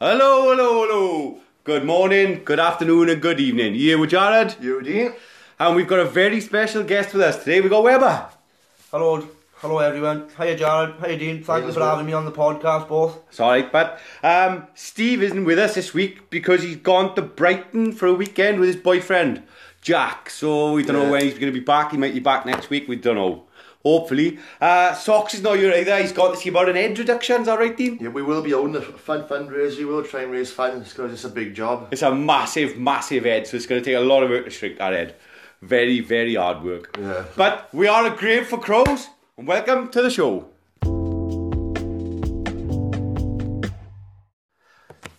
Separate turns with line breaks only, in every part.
Hello, hello, hello. Good morning, good afternoon, and good evening. You here with Jared?
You dear.
And we've got a very special guest with us today. We got Weber.
Hello, hello everyone. Hiya Jared, hiya Dean. Thank you for having me on the podcast, both.
It's all right, but um, Steve isn't with us this week because he's gone to Brighton for a weekend with his boyfriend Jack. So we don't know
Yeah.
when he's going to be back. He might be back next week. We don't know. Hopefully, uh, socks is not here either. He's got to see about an head reduction. Is that right, Dean?
Yeah, we will be holding a fun fundraiser. We will try and raise funds because it's a big job.
It's a massive, massive head, so it's going to take a lot of work to shrink that head. Very, very hard work.
Yeah.
But we are a grave for crows, and welcome to the show.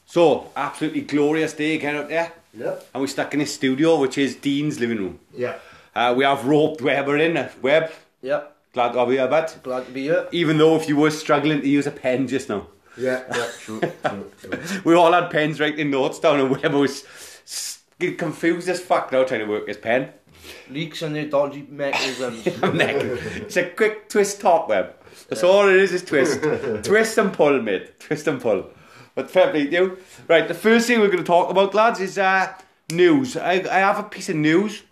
So, absolutely glorious day again out there,
Yep.
and we're stuck in his studio, which is Dean's living room.
Yeah.
Uh, we have roped Weber in. Web,
Yep,
glad to have you here, bud.
glad to be here.
Even though if you were struggling to use a pen just now.
Yeah. Yeah. True. true, true.
we all had pens writing notes down and Webber was s- confused as fuck now trying to work his pen.
Leaks and their dodgy mechanisms.
Neck. It's a quick twist top web. That's all it is is twist. twist and pull, mate. Twist and pull. But fair play to you. Right, the first thing we're going to talk about, lads, is uh, news. I, I have a piece of news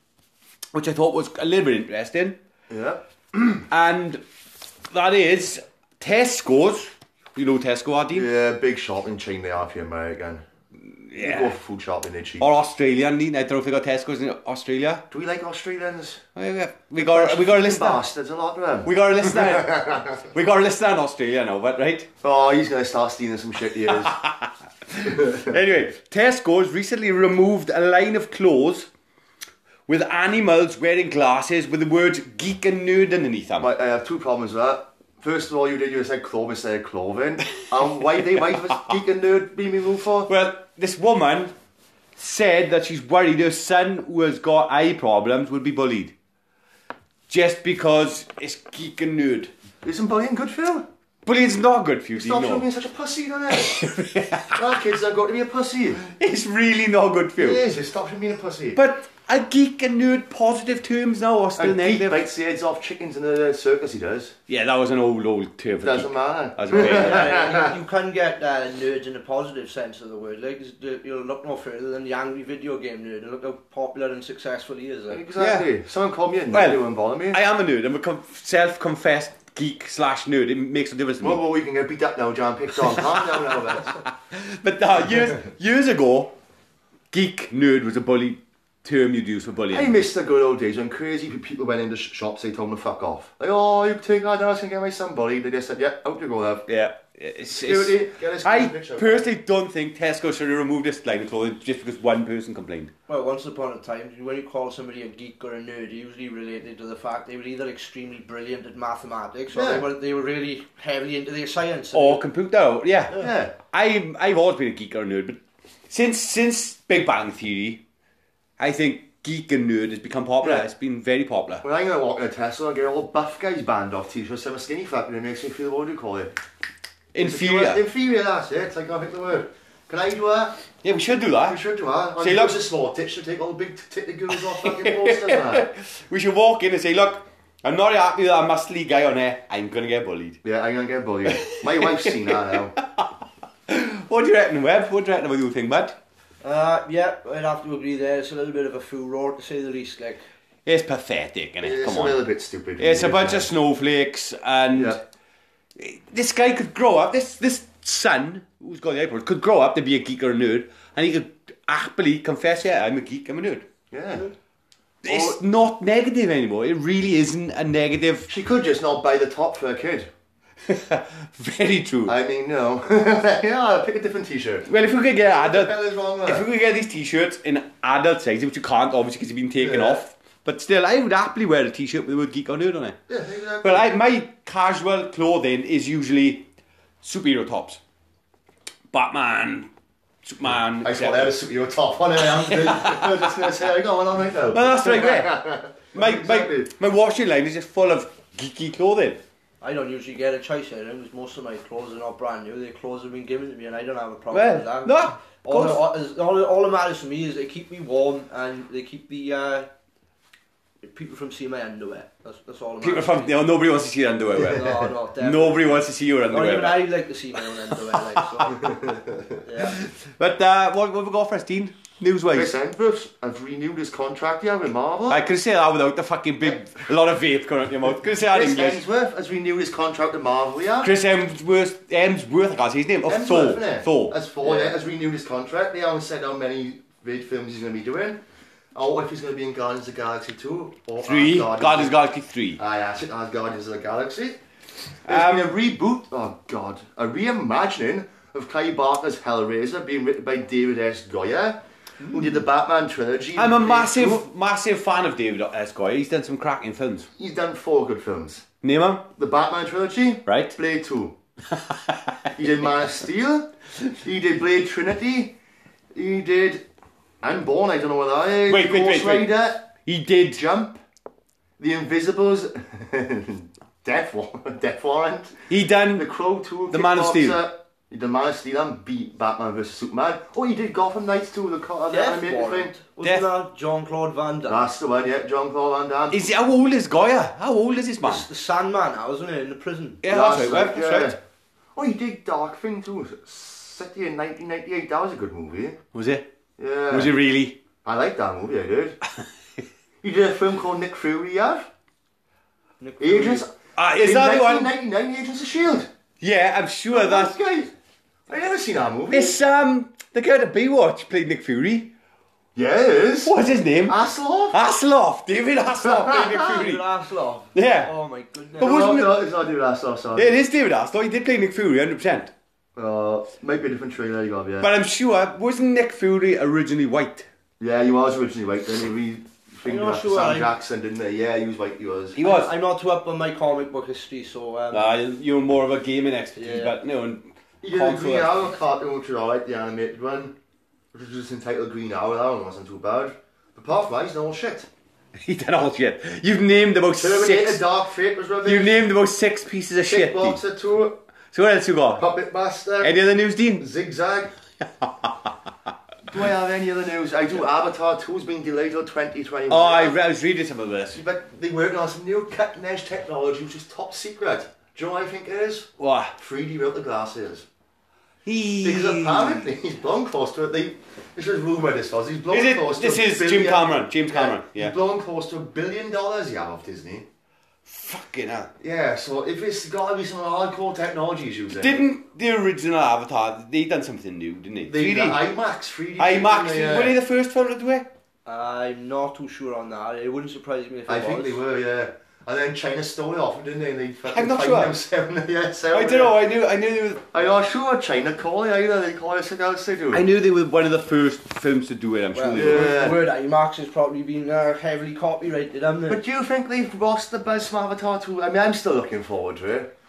which I thought was a little bit interesting.
Yeah.
And that is Tesco's. You know Tesco, are you?
Yeah. Big shopping chain they are for American. You go food shopping, they cheap.
Or Australian, Dean. I don't know if they got Tesco's in Australia.
Do we like Australians?
Oh, yeah, We got we got a listener.
Bastards, a lot of them.
We got a listener. we got a listener in Australia now, but right.
Oh, he's gonna start stealing some shit. He is.
Anyway, Tesco has recently removed a line of clothes with animals wearing glasses with the words geek and nerd underneath them.
But uh, I have two problems with that. First of all, you did you said clothing instead of clothing. And why they why was geek and nerd being removed for?
Well, this woman said that she's worried her son, who has got eye problems, would be bullied just because it's geek and nerd.
Isn't bullying good, Phil?
Bullying's not good for you,
Stop
do you
from
know?
being such a pussy, don't it? that kid's not got to be a pussy.
It's really not good for you.
It is. It stops from being a pussy.
But a geek and nerd positive terms now are still
And he
negative.
bites the heads off chickens in the circus, he does.
yeah, that was an old old term. For
Doesn't
geek.
matter.
That's okay, yeah.
Uh, you, you can get uh, nerds in a positive sense of the word. Like, it's- you'll look no further than the angry video game nerd. Look how popular and successful he is. Like.
Exactly.
Yeah.
Someone called me a nerd,
Well,
it wouldn't bother me.
I am a nerd. I'm a com- self-confessed geek slash nerd. It makes no difference to me.
well, well, we can get beat up now, John. Picked on. Calm down now, lads.
But uh, years years ago, geek nerd was a bully term you'd use for bullying.
I miss the good old days when crazy people went into sh- shops, they told them to fuck off. Like, oh, you take that, I was going to get my son bullied. They just said, yeah, out you go, love.
yeah. It's,
Security,
it's-
get us
I
the picture.
personally don't think Tesco should have removed this line of clothing just because one person complained.
Well, once upon a time, when you call somebody a geek or a nerd, it usually related to the fact they were either extremely brilliant at mathematics or
Yeah.
they, were, they were really heavily into their science.
Or computer, yeah.
Yeah.
I I've always been a geek or a nerd, but since since Big Bang Theory, I think geek and nerd has become popular.
Yeah.
It's been very popular.
When I'm going to walk in a Tesla and get all buff guys banned off t-shirts, I'm a skinny fucker, and it makes me feel, what do you call it?
Inferior.
Inferior, that's it. I can't pick the word. Can I do that?
Yeah, we should do
We
that.
should do that.
See,
And
look-
look, a small titch to take all the big titty girls off fucking posters and that.
We should walk in and say, look, I'm not happy that I'm a sleek guy on air. I'm gonna get bullied.
Yeah, I'm gonna get bullied. My wife's seen that now.
What do you reckon, Webb? What do you reckon about your thing, bud?
Uh, yeah, I'd have to agree there. It's a little bit of a furor, to say the least. Like,
It's pathetic, innit?
It's
Come
a
on.
little bit stupid.
It's a bunch of snowflakes, and
Yeah.
this guy could grow up. This this son who's got the iPod could grow up to be a geek or a nerd, and he could happily confess, yeah, I'm a geek, I'm a nerd.
Yeah.
It's not negative anymore. It really isn't a negative.
She could just not buy the top for a kid.
Very true.
I mean, no. yeah, pick a different t-shirt.
Uh, well, if we could get
What the hell
adult,
is wrong with
if
that?
we could get these t-shirts in adult size, which you can't obviously because you've been taken
Yeah.
off, but still, I would happily wear a t-shirt with the word geek or nerd on it.
Yeah, exactly.
Well, I, my casual clothing is usually superhero tops, Batman, Superman.
I just want to have a superhero top on it. I'm just gonna say, I got one on right now.
Well, that's right there. My, my,
Exactly.
my washing line is just full of geeky clothing.
I don't usually get a choice here because most of my clothes are not brand new. Their clothes have been given to me, and I don't have a problem with
Well,
that.
no, of
all,
course.
all, is- all, all that matters for me is they keep me warm and they keep the uh, people from seeing my underwear. That's, that's all. that
People
matters
from
to me.
no, nobody wants to see your underwear. Well.
No, no, definitely.
Nobody wants to see your
Not
underwear.
even
well.
I like to see my own underwear. Like, so.
But uh, what, what have we got for us, Dean? Newswise.
Chris uh, Hemsworth have renewed his contract yeah with Marvel.
I could say that without the fucking big, a lot of vape coming out your mouth. Could say that in
Chris
English.
Hemsworth has renewed his contract with Marvel yeah.
Chris Hemsworth, Hemsworth, I can't say his name. Oh, Of
Hemsworth,
Thor.
isn't it?
Thor.
As Thor, yeah. has renewed his contract. They haven't said how many vid films he's going to be doing, or if he's going to be in Guardians of the Galaxy 2 or
Three.
Asgardians.
Guardians of the Galaxy 3.
Aye, aye, shit, as Guardians of the Galaxy. There's
Um,
been a reboot, oh god, a reimagining of Kai Barker's Hellraiser being written by David S. Goyer, who did the Batman trilogy.
I'm a
Phase two.
massive, massive fan of David S. Goyer. He's done some cracking films.
He's done four good films.
Name 'em.
The Batman trilogy,
Right.
Blade 2. he did Man of Steel, he did Blade Trinity, he did Unborn, I don't know what that is.
Wait, wait,
Ghost
wait, wait.
Rider,
He did.
Jump, The Invisibles, Death, War- Death Warrant.
He
The
done.
Crow 2,
The Man of
Kickboxer,
Steel.
The Man of Steel and beat Batman vs Superman. Oh, he did Gotham Knights too, the, co- the
Death
animated thing.
Warrant. Wasn't that John Claude Van Damme?
That's the one, yeah, John Claude Van Damme.
Is, how old is Goyer? How old is this man?
It's the Sandman, I wasn't it, in the prison.
Yeah,
That's
that's right,
it,
Web. That's right.
Oh, he did Dark Thing too. City in 1998, that was a good movie.
Was it?
Yeah.
Was it really?
I like that movie, I did. he did a film called Nick Fury, yeah?
Nick
Agents.
Ah, is
in
that the one?
1999, Agents of S.H.I.E.L.D.
Yeah, I'm sure that's.
Guys, i never seen that movie.
It's um the guy at Baywatch played Nick Fury.
Yeah, it is.
What's his name?
Hasselhoff?
Ah, Asloff, David Asloff played
Fury.
Nick
David
Fury.
Hasselhoff.
Yeah.
Oh my goodness.
But
No,
wasn't it-
no, it's not David Hasselhoff, sorry.
Yeah, it is David Asloff. He did play Nick Fury, hundred percent.
Uh, might be a different trailer you got, yeah.
But I'm sure wasn't Nick Fury originally white?
yeah, he was originally white, then he re fingered
not
after
sure,
Sam
I-
Jackson, didn't he? Yeah, he was white, he was.
He was.
I'm not too up on my comic book history, so um,
Nah, you're more of a gaming expertise,
Yeah.
but no. And
He did a
Hulk
Green
was-
Arrow cartoon, which was alright, the animated one. Which was just entitled Green Arrow, that one wasn't too bad. But apart from that, he's done all shit.
he did all shit. You've named about
Terminator
six.
Dark Fate was rubbish.
You've named about six pieces of shit. Dean.
Kickboxer 2,
So what else you got?
Puppet Master,
Any other news, Dean?
Zigzag. do I have any other news? I do. Avatar 2's been delayed till 2021.
Oh, I, re- I was reading some of this.
But they're working on some new cutting edge technology, which is top secret. Do you know what I think it is?
What?
3D Realtor glasses. Because
Because
apparently he's blown close to it. They, this is rumoured this was. He's blown
Is it-
close to
this
a
is Jim
billion-
Cameron, James Cameron, yeah.
He's blown close to a billion dollars, yeah, off Disney.
Fucking hell.
Yeah, so if it's got to be some hardcore technology he's using.
Didn't the original Avatar, they done something new, didn't they?
They, the
3D.
IMAX, 3D.
IMAX,
yeah.
were they the first one to do it?
I'm not too sure on that. It wouldn't surprise me if it
I
was.
think they were, yeah. And then China stole it off, them, didn't they? And they fucking
I'm not
fined
sure.
them seven, yeah, seven,
I don't know, I knew, I knew they were...
I'm not sure China call it either. They call it something else they do.
I knew they were one of the first films to do it, I'm
Well,
sure
the
they were.
Yeah.
word IMAX has probably been uh, heavily copyrighted, hasn't it?
But do you think they've lost the buzz from Avatar 2? I mean, I'm still looking forward to it.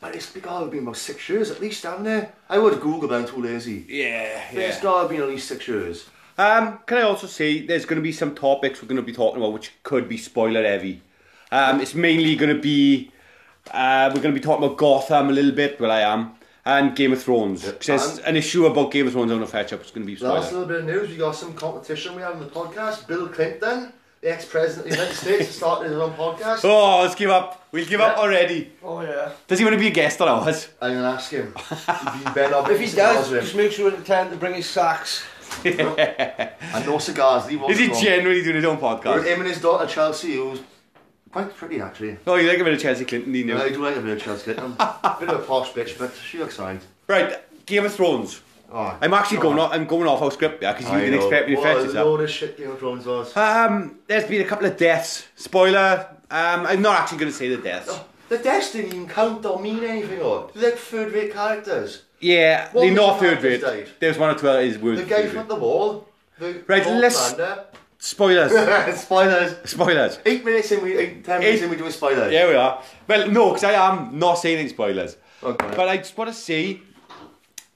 But it's got to have been about six years at least, haven't they? I would Google, but I'm too lazy.
Yeah,
But It's
yeah.
got to have been at least six years.
Um, can I also say, there's going to be some topics we're going to be talking about which could be spoiler heavy. Um, it's mainly going to be... Uh, we're going to be talking about Gotham a little bit, well I am, and Game of Thrones. 'Cause there's an issue about Game of Thrones I'm going to fetch up, it's going to be spoiler.
Last little bit of news, we got some competition we had on the podcast. Bill Clinton, the ex-president of the United States, has started his own podcast.
Oh, let's give up. We'll give up
Yeah.
already.
oh yeah.
Does he want to be a guest on ours?
I'm going to ask him. He'd be better off
If he
with cigars
does,
with
just
him.
make sure to tend to bring his sacks.
And no cigars. Leave one
Is he
alone.
generally doing his own
With
podcast?
him and his daughter Chelsea, who's quite pretty actually.
Oh, you like a bit of Chelsea Clinton, you know.
I do like a bit of Chelsea. Clinton. a bit of a posh bitch, but she looks alright.
Right, Game of Thrones.
Oh,
I'm actually
God.
going off. I'm going off our script yeah, because you
I
didn't
know.
expect me to
What
fetch this
a
up.
load of shit Game of Thrones was.
Um, there's been a couple of deaths. Spoiler. Um, I'm not actually going to say the deaths.
The deaths didn't even count or mean anything on. They're like third rate characters.
Yeah,
What
they're
was
not
the man
third rate.
who's died?
There's one or two that is worth.
The guy
third
from
rate.
the wall. The
Right,
Lord
let's-
Commander.
Spoilers.
spoilers.
Spoilers.
Eight minutes in, we eight, ten minutes in, we're doing spoilers.
Yeah, we are. Well, no, because I am not saying any spoilers.
Okay.
But I just want to say,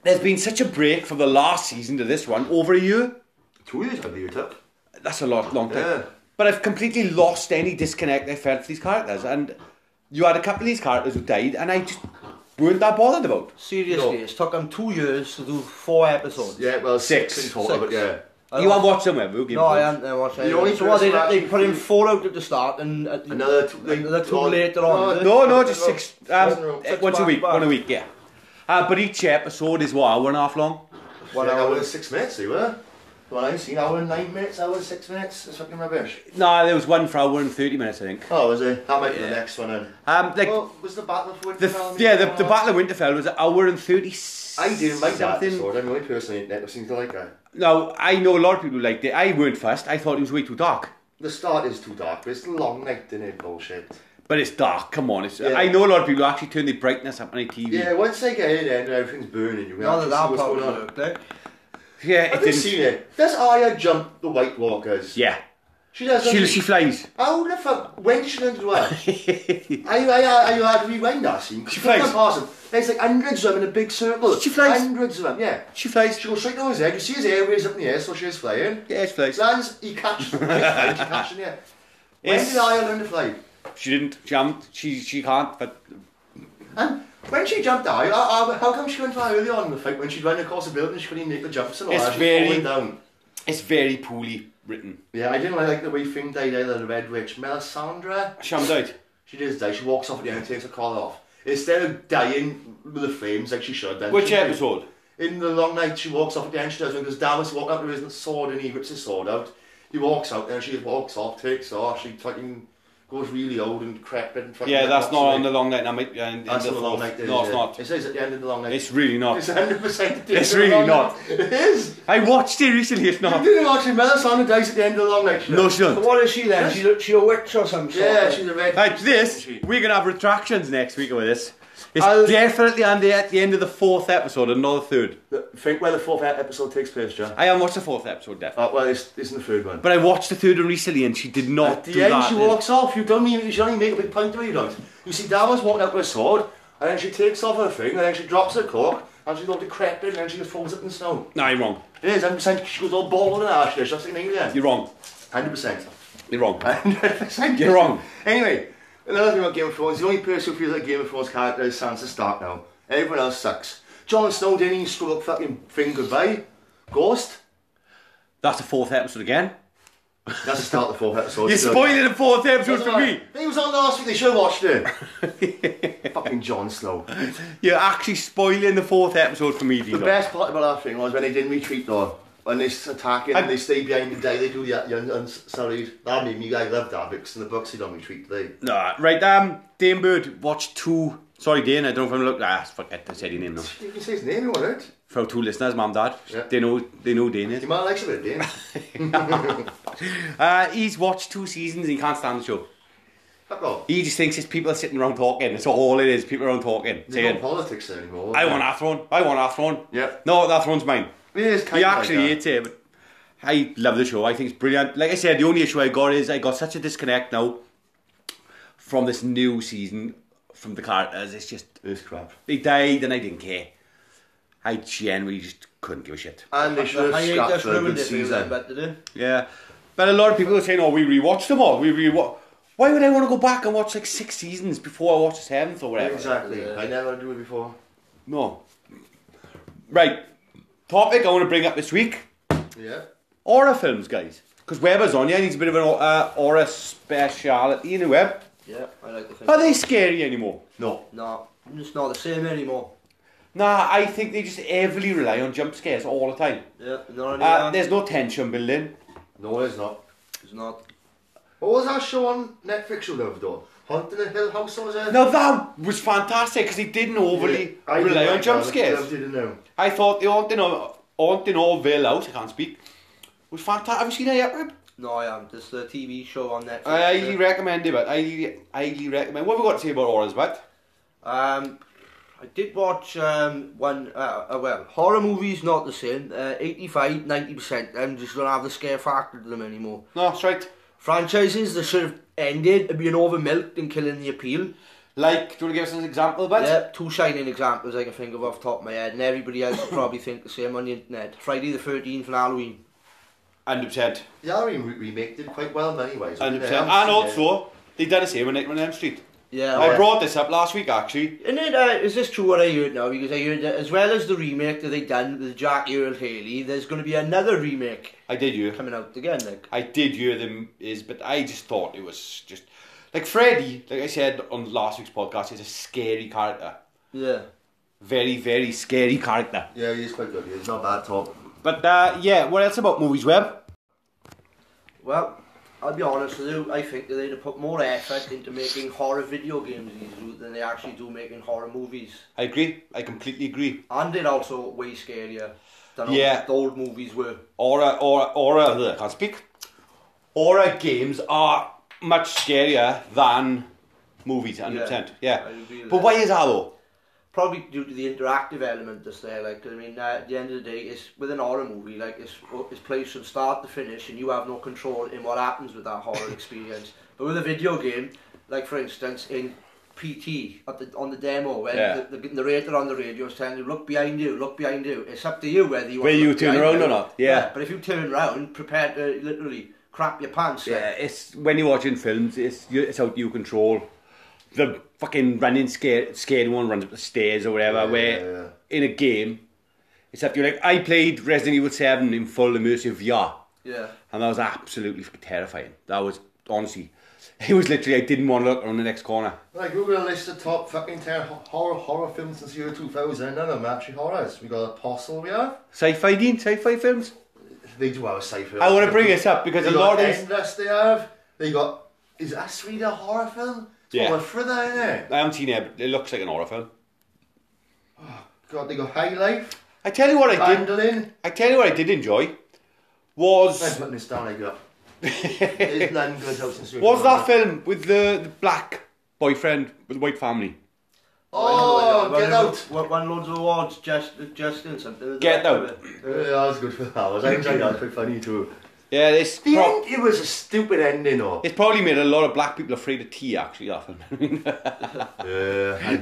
there's been such a break from the last season to this one, over a year.
Two years I believe it took.
That's a lot, long time.
Yeah.
But I've completely lost any disconnect I felt for these characters. And you had a couple of these characters who died, and I just weren't that bothered about.
Seriously,
No.
it's took him two years to do four episodes.
Yeah, well, six,
Six.
in total, but
Six.
yeah.
I
you
don't-
have watched them, have you? Game
No,
of
I
Thrones?
haven't then watched
The only
it. So what, they,
person that
they put in
actually-
four out at the start and at the,
Another two, like,
another two
on-
later on.
no,
No, no, just six. Um,
Six in a row.
once a
back
week,
to back.
one a week, yeah. Uh, but each episode is what, hour and a half long?
One
One hour,
hour.
and six minutes, they were. Well, I've seen hour and nine minutes, hour and six minutes. It's fucking rubbish.
No, there was one for hour and 30 minutes, I think.
Oh, is it? That might be
Yeah.
the next one then.
Um, like,
Well, was the Battle of
the,
Winterfell?
yeah, the, the Battle of Winterfell was an hour and 30
I didn't like that
something.
episode. I'm the only person in that seems to like that.
Now, I know a lot of people who liked it. I weren't fussed. I thought it was way too dark.
The start is too dark, but it's a long night, isn't it? Bullshit.
But it's dark, come on. It's,
Yeah.
I know a lot of people who actually turn the brightness up on their TV.
Yeah, once they get in there and everything's burning, you can
None
actually
of eh? that
see what's
probably
going on.
looked like.
Yeah, it
Have you
didn't.
seen it? Does Arya jump the White Walkers?
Yeah.
She does.
She,
doesn't
she flies.
How the fuck? When did she learn to do that? I, I, I, I had to rewind that scene.
She flies.
Awesome. There's like hundreds of them in a big circle.
She flies.
Hundreds of them, yeah.
She flies.
She goes straight down his head. You see his airways up in the air, so she's flying.
Yeah, she flies.
Lands, he catches the flies, she catches in the air. When
Yes.
did Arya learn to fly?
She didn't. She haven't. She, she can't, but
And when she jumped out, uh, uh, how come she couldn't fly early on in the fight when she'd run across the building she couldn't make the jumps and all
It's
that? She's
very-
falling down.
it's very poorly written.
Yeah, I didn't really like the way Finn died either, the Red Witch. Melisandre,
She haven't died.
she does die. She walks off at the end and takes her collar off. Instead of dying with the flames like she should, then
Which
she died.
episode?
In the long night, she walks off at the end. She does because Davos walked up with his sword and he rips his sword out. He walks out and she walks off, takes off. She fucking goes really old and crepit and fucking.
Yeah, that's not on the
That's
long night. Now, mate, and, and
not
the
the long
fourth.
night. is
No,
it?
it's not.
It says at the end of the long night.
It's really
It's
not.
100%
It's
the
really
long
not.
night. It is.
I watched it recently. It's
You
not.
didn't watch it. Melisandre dies at the end of the long night.
No, she
But
doesn't.
what is she then? She look, she a witch or some sort?
Yeah, she's a red.
Like this,
She-
we're gonna have retractions next week over this. It's
I'll-
definitely on the, at the end of the fourth episode, and not the third.
Think where the fourth e- episode takes place, John.
I haven't watched the fourth episode, definitely.
Uh, well, it's, it's in the third one.
But I watched the third one recently, and she did not
At
do
the end,
that.
she walks off. You don't even, you don't even make a big point of it, you don't. You see Davos walking out with a sword, and then she takes off her thing, and then she drops her cork, and she's all decrepit, and then she just falls up in the snow.
No, you're wrong.
It is, 100%. She goes all bald and ash, she's just like an alien.
You're wrong.
100%.
You're wrong.
100%.
You're wrong.
Anyway, another thing about Game of Thrones, the only person who feels like Game of Thrones character is Sansa Stark now. Everyone else sucks. Jon Snow didn't even screw up fucking thing goodbye. Ghost?
That's the fourth episode again.
That's the start of the fourth episode.
You're
So-
spoiling the fourth episode
That's
for
all
me.
right. He was on last week. They should have watched it. Fucking Jon Snow.
You're actually spoiling the fourth episode for me,
The
Dino.
best part about that thing was when they didn't retreat though. When they s- attack it
I-
and they stay behind the day, they do the young unsullied. That made me, I love that because in the books they don't retreat, do they?
Nah, right, um, Dane Bird watched two. Sorry, Dane, I don't know if I'm looking. Ah, forget I said your name now.
You can say his name, you want it?
For two listeners, mum, dad,
Yeah.
they know they know Dane
Your
is.
man likes a bit of Dane.
Uh, he's watched two seasons and he can't stand the show.
Fuck off.
He just thinks it's people sitting around talking. It's all it is, people around talking.
There's no
Saying,
politics anymore.
I want that throne, I want that throne.
Yeah.
No, that throne's mine.
It is kind
He
of
actually
like that.
hates it, but I love the show. I think it's brilliant. Like I said, the only issue I got is I got such a disconnect now from this new season from the characters. It's just
It is crap.
they died and I didn't care. I genuinely just couldn't give a shit.
And they should
I
have
ain't
scrapped
just
the
ruined
good
it for you then,
season.
but did it?
Yeah, but a lot of people are saying, "Oh, we rewatched them all. We rewatch." Why would I want to go back and watch like six seasons before I watch the seventh or whatever?
Exactly.
Yeah.
I never do it before.
No. Right. Topic I want to bring up this week:
Yeah.
horror films, guys. Because Webber's on, yeah, he's a bit of an uh, horror speciality in the web.
Yeah, I like the film.
Are they scary anymore?
No.
No, it's not the same anymore.
Nah, I think they just heavily rely on jump scares all the time.
Yeah, not anymore.
Uh, there's no tension building.
No, it is not.
it's not.
What was that show on Netflix you loved though? Haunting the Hill House or was it?
Now that was fantastic because they didn't overly
I didn't
rely
like
on jump
that,
scares.
I didn't know.
I thought the haunting of haunting of Vale House, I can't speak, was fantastic. Have you seen it yet, Rib? No.
No, I am. There's the TV show on Netflix.
I
is
highly
it?
recommend it, but I highly- highly recommend. What have we got to say about horrors, but
Um, I did watch um, one, uh, uh, well, horror movies not the same. Uh, 85, 90%, them just don't have the scare factor to them anymore.
No, that's right.
Franchises that should have ended being over milked and killing the appeal.
Like, do you want to give us an example, but
Yeah, two shining examples I can think of off the top of my head, and everybody else will probably think the same on the internet. Friday the 13th and Halloween.
100%.
The Halloween re- remake did quite well in many ways.
100%.
didn't it? I
And
haven't seen it.
also, they done the same with Nightmare on Elm Street.
Oh, Yeah,
I
or-
brought this up last week, actually.
And then, uh, is this true what I heard now? Because I heard that as well as the remake that they done with Jack Earl Haley, there's going to be another remake
I did hear.
coming out again. Like,
I did hear them is, but I just thought it was just like Freddy. Like I said on last week's podcast, is a scary character.
yeah,
very, very scary character.
Yeah, he's quite good. He's not bad, Tom.
But uh, yeah, what else about movies, Web?
Well, I'll be honest with you, I think that they'd have put more effort into making horror video games these than they actually do making horror movies.
I agree. I completely agree.
And they're also way scarier than all
Yeah.
the old movies were.
Aura, aura, aura. ugh, I can't speak. Aura games are much scarier than movies. Hundred percent.
I
Yeah.
agree with
But
that.
why is that though?
Probably due to the interactive element that's there. Like, 'cause I mean, uh, at the end of the day, it's with an horror movie, like it's it's played from start to finish, and you have no control in what happens with that horror experience. But with a video game, like for instance, in PT at the, on the demo, when
Yeah.
the, the narrator on the radio is telling you, "Look behind you, look behind you." It's up to you whether you
Whether
want to
you
look
turn
behind
around
you.
or not, yeah.
But if you turn around, prepare to literally crap your pants. like,
Yeah, it's when you're watching films, it's you- it's out of your control. The fucking running scared scared one runs up the stairs or whatever.
Yeah,
where
yeah.
in a game, it's up to you. Like I played Resident Evil Seven in full immersive VR,
yeah.
and that was absolutely fucking terrifying. That was honestly, it was literally I didn't want to look around the next corner.
Like, we're going to list the top fucking 10 ho- horror horror films since the year 2000. None of them are actually horrors. we got Apostle, we have.
Sci-fi, Dean. Sci-fi films.
They do have a cipher.
I want to bring this up because
They
a
got
lot of
Endless, they have. They got. Is that Sweden a horror film? It's
Yeah.
yeah. thriller, isn't it?
I haven't seen it. but It looks like an horror film.
God, they got High Life,
I tell you what I did.
Bandolin.
I tell you what I did enjoy
I'm
was
putting this down, I got. It's none good house in Sweden.
was that film with the, the black boyfriend with the white family.
Oh,
Won-
Get Out!
Won, won loads of awards, just, just in something.
Get Out.
Yeah, that was good for that. Was. I enjoyed that. It was quite funny too.
Yeah, it's
The
pro-
end, it was a stupid ending, though.
it's probably made a lot of black people afraid of tea. Actually, that film.
Yeah.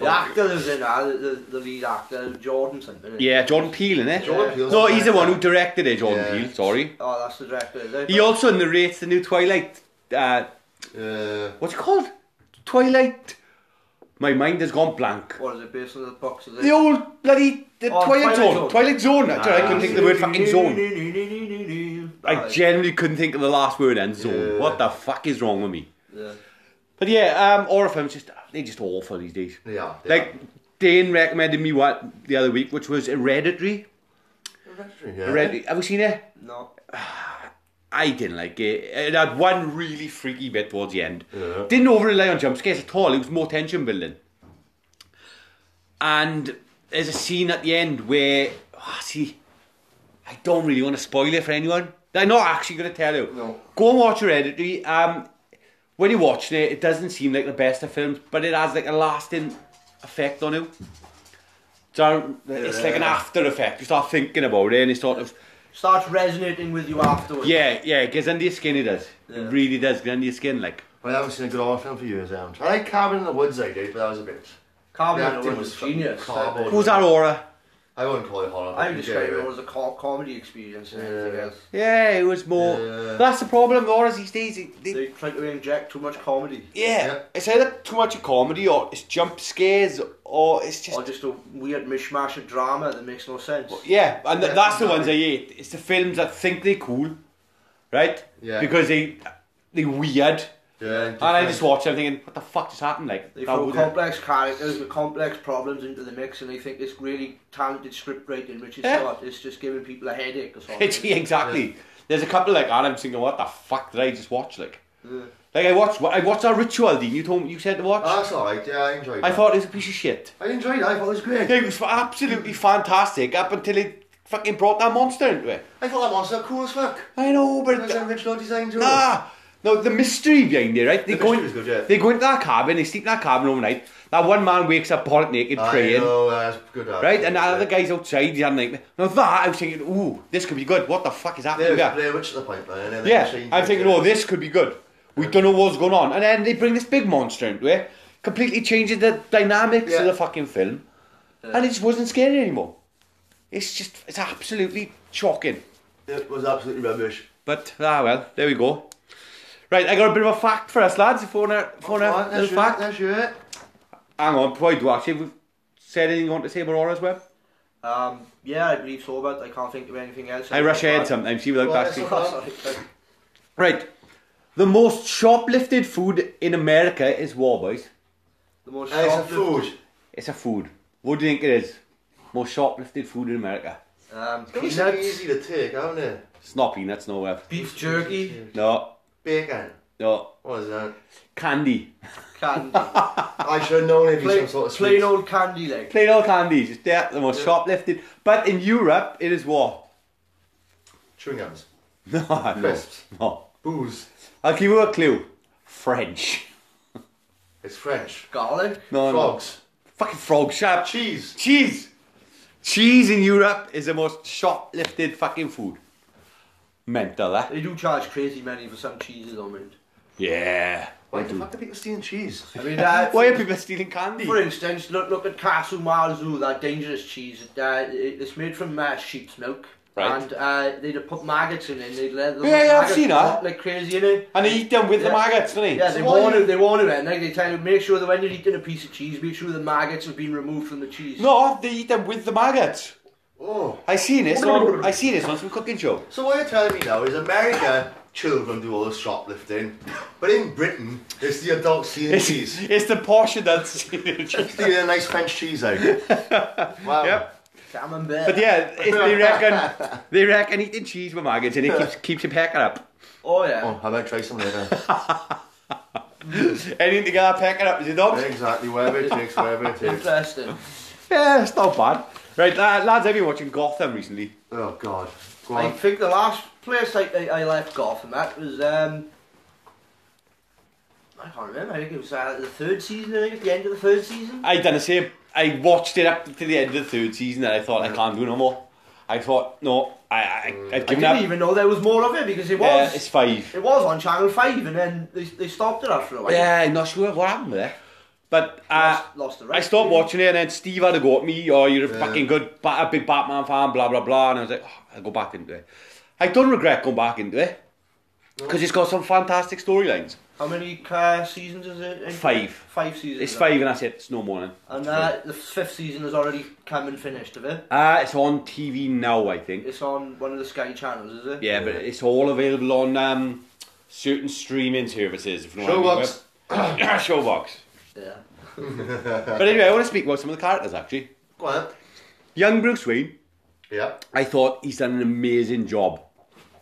The actor is in that, the, the, the lead actor, Jordan something. isn't he?
yeah, Jordan Peele, innit?
Jordan Peele's
No, he's the one who
director.
directed it. Jordan
Yeah.
Peele. Sorry.
Oh, that's the director, is it?
He also narrates the new Twilight. Uh,
Yeah.
what's it called? Twilight. My mind has gone blank.
What is it, based on the box? Is it?
The old bloody the
Oh,
Twilight,
Twilight
Zone.
Zone.
Twilight Zone. That's right, I couldn't think of the word fucking zone. I
Aye,
genuinely couldn't think of the last word and zone.
Yeah.
What the fuck is wrong with me?
yeah.
But yeah, um, horror films just they're just awful these days.
They are. They
Like Dane recommended me what the other week, which was Hereditary.
are. Yeah.
Hereditary. Have you seen it?
No.
I didn't like it. It had one really freaky bit towards the end.
Yeah.
Didn't over rely on jump scares at all. It was more tension building. And there's a scene at the end where, ah, see, I don't really want to spoil it for anyone. I'm not actually going to tell you.
No.
Go and watch Hereditary. Um, when you're watching it, it doesn't seem like the best of films, but it has like a lasting effect on you. So it's like an
Yeah.
after effect. You start thinking about it, and it sort of
Starts resonating with you afterwards.
yeah, yeah, it gets under your skin, it does.
Yeah.
It really does get under your skin, like.
I haven't seen a good horror film for years, I haven't. I like Cabin in the Woods, I did, but that was a bit. The
Carmen
acting
was,
was
was genius.
fucking
I-
Who's that aura?
I wouldn't call it horror.
I would
but
describe
yeah,
it as a co- comedy experience. and everything
Yeah.
else.
Yeah, it was more.
Yeah.
That's the problem. with Auras these days, they, they-
They try to inject too much comedy.
yeah.
Yeah.
it's either too much of comedy or it's jump scares or it's just
Or just a weird mishmash of drama that makes no sense.
yeah. And th-
Yeah,
that's the
exactly.
ones I hate. It's the films that think they're cool, right?
Yeah.
Because they they weird,
Yeah,
and I just watch them thinking, what the fuck just happened? Like
They
that
throw
wouldn't-
complex characters with complex problems into the mix, and they think it's really talented script writing, which is
Yeah.
not. It's just giving people a headache or something.
It's- yeah, exactly. There's a couple like, and I'm thinking, what the fuck did I just watch? Like,
Yeah.
like I watched I watched that ritual. Dean, you told me you said to watch.
Oh, that's alright, yeah, I enjoyed it.
I thought it was a piece of shit.
I enjoyed it, I thought it was great.
It was absolutely fantastic up until it fucking brought that monster into it.
I thought that monster was cool as fuck.
I know,
It was an
but
original design too.
ah, no, the mystery behind it, right? They
The
go in,
mystery was good, yeah.
they go into that cabin, they sleep in that cabin overnight. That one man wakes up bonnet naked
I
praying,
know, that's good.
right? And the other guy's outside, he's had a nightmare. Now that I was thinking, ooh, this could be good. What the fuck is
There
happening
was
here?
Blair Witch at the point, man. And then
Yeah,
they changed
I'm
it.
thinking, oh, this could be good. We don't know what's going on, and then they bring this big monster into it, completely changes the dynamics
Yeah.
of the fucking film, and it just wasn't scary anymore. It's just, it's absolutely shocking.
It was absolutely rubbish.
But ah well, there we go. Right, I got a bit of a fact for us lads. If you want a, if you want
Right,
a
that's
little
your-
fact,
That's your
hang on. Before I do, actually, have we said anything you want to say about Aura's web?
Um, yeah, I believe so, but I can't think of anything else.
I rush ahead sometimes, see without
Well,
asking.
it's not-
Right, the most shoplifted food in America is Warboys.
The most
Hey, it's a
shoplifted-
food.
It's a food. What do you think it is? Most shoplifted food in America.
Um,
It's gonna be
peanuts,
easy to take, haven't it?
It's not peanuts, no way.
beef jerky,
No,
Bacon.
no.
What is that?
Candy.
candy,
Ah,
I should have known it'd be
plain,
some sort of
plain
sweet.
old candy like.
Plain old candy, just there, the most shoplifted. But in Europe, it is what?
chewing gums.
No, no,
Crisps.
no.
Booze.
I'll give you a clue. French.
It's French.
garlic,
No, no.
Frogs.
Fucking frog shop.
Cheese.
Cheese. Cheese in Europe is the most shoplifted fucking food. Mental, eh?
They do charge crazy money for some cheeses on it.
Yeah.
Why
they
the
do.
fuck are people stealing cheese?
I mean, uh,
Why are people stealing candy?
For instance, look look at Castle Marzu, that dangerous cheese. It, uh, it- it's made from uh, sheep's milk.
Right.
And uh, they'd put maggots in it and they'd let them
Yeah, yeah, I've
maggots
seen that.
rot like crazy in it.
And they eat them with the
Yeah.
maggots, don't they?
Yeah, they
So why
warn
you-
you. They warn you, and like, they tell you make sure that when you're eating a piece of cheese, make sure the maggots have been removed from the cheese.
No, they eat them with the maggots.
Oh.
I seen this on I seen this on some cooking show.
So what you're telling me now is America children do all the shoplifting, but in Britain it's the adults stealing
It's,
cheese.
it's the portion that's Yep.
Stealing a nice French cheese out. Wow.
Camembert.
But yeah, if they reckon they reckon eating cheese with maggots and it keeps keeps you pecking up.
Oh yeah.
Oh, I might try some later.
Anything to get that pecking up is your dog.
exactly, wherever it takes, wherever
Oh.
it takes.
Interesting.
Yeah, it's not bad. Right, la- lads, I've been watching Gotham recently.
Oh God. Go
I
on.
think the last place I, I, I left Gotham at was um I can't remember. I think it was uh, the third season. I think at the end of the third season.
I done the same. I watched it up to the end of the third season and I thought I can't do no more. I thought no, I I I'd
Mm. I
given
didn't
up.
even know there was more of it because it
Yeah,
was
it's five.
it was on Channel Five, and then they, they stopped it after a while.
Yeah, I'm not sure what happened there. But uh,
lost, lost the
I
right.
stopped watching it and then Steve had to go at me, oh, you're a
Yeah.
fucking good, ba- a big Batman fan, blah, blah, blah. And I was like, oh, I'll go back into it. I don't regret going back into it. Because it's got some fantastic storylines.
How many uh, seasons is it? in-
Five.
Five seasons.
It's five and that's it. It's no more than.
And uh, the fifth season has already come and finished of it.
Uh, it's on TV now, I think.
It's on one of the Sky channels, is it?
Yeah, but it's all available on um, certain streaming services. If you know what I mean.
Showbox.
Showbox.
Yeah.
but anyway, I want to speak about some of the characters, actually.
Go on.
Young Bruce Wayne,
Yeah.
I thought he's done an amazing job.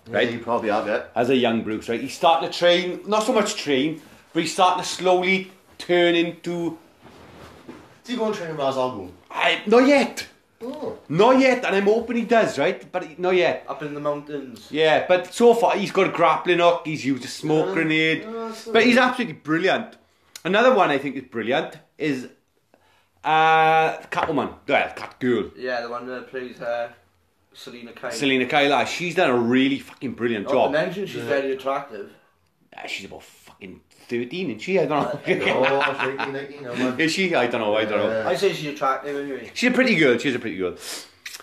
Right?
Yeah, you probably have it.
as a young Bruce, right? He's starting to train, not so much train, but he's starting to slowly turn into.
Do you go and train with Ra's al Ghul?
I not yet,
Oh.
not yet, and I'm hoping he does, right? But he- not yet.
Up in the mountains.
Yeah, but so far he's got a grappling hook. He's used a smoke grenade,
yeah, that's
but he's absolutely brilliant. Another one I think is brilliant is uh, Catwoman, well, Catgirl,
Yeah, the one that plays uh, Selena Kyle.
Selena Kyle. Ah, She's done a really fucking brilliant
Not
job.
to mention she's very attractive.
Ah, she's about fucking thirteen, isn't she? I don't know.
Oh, I'm thinking, like, you know, man.
is she? I don't know. I don't know.
Yeah.
I say she's attractive anyway.
She's a pretty girl. She's a pretty girl.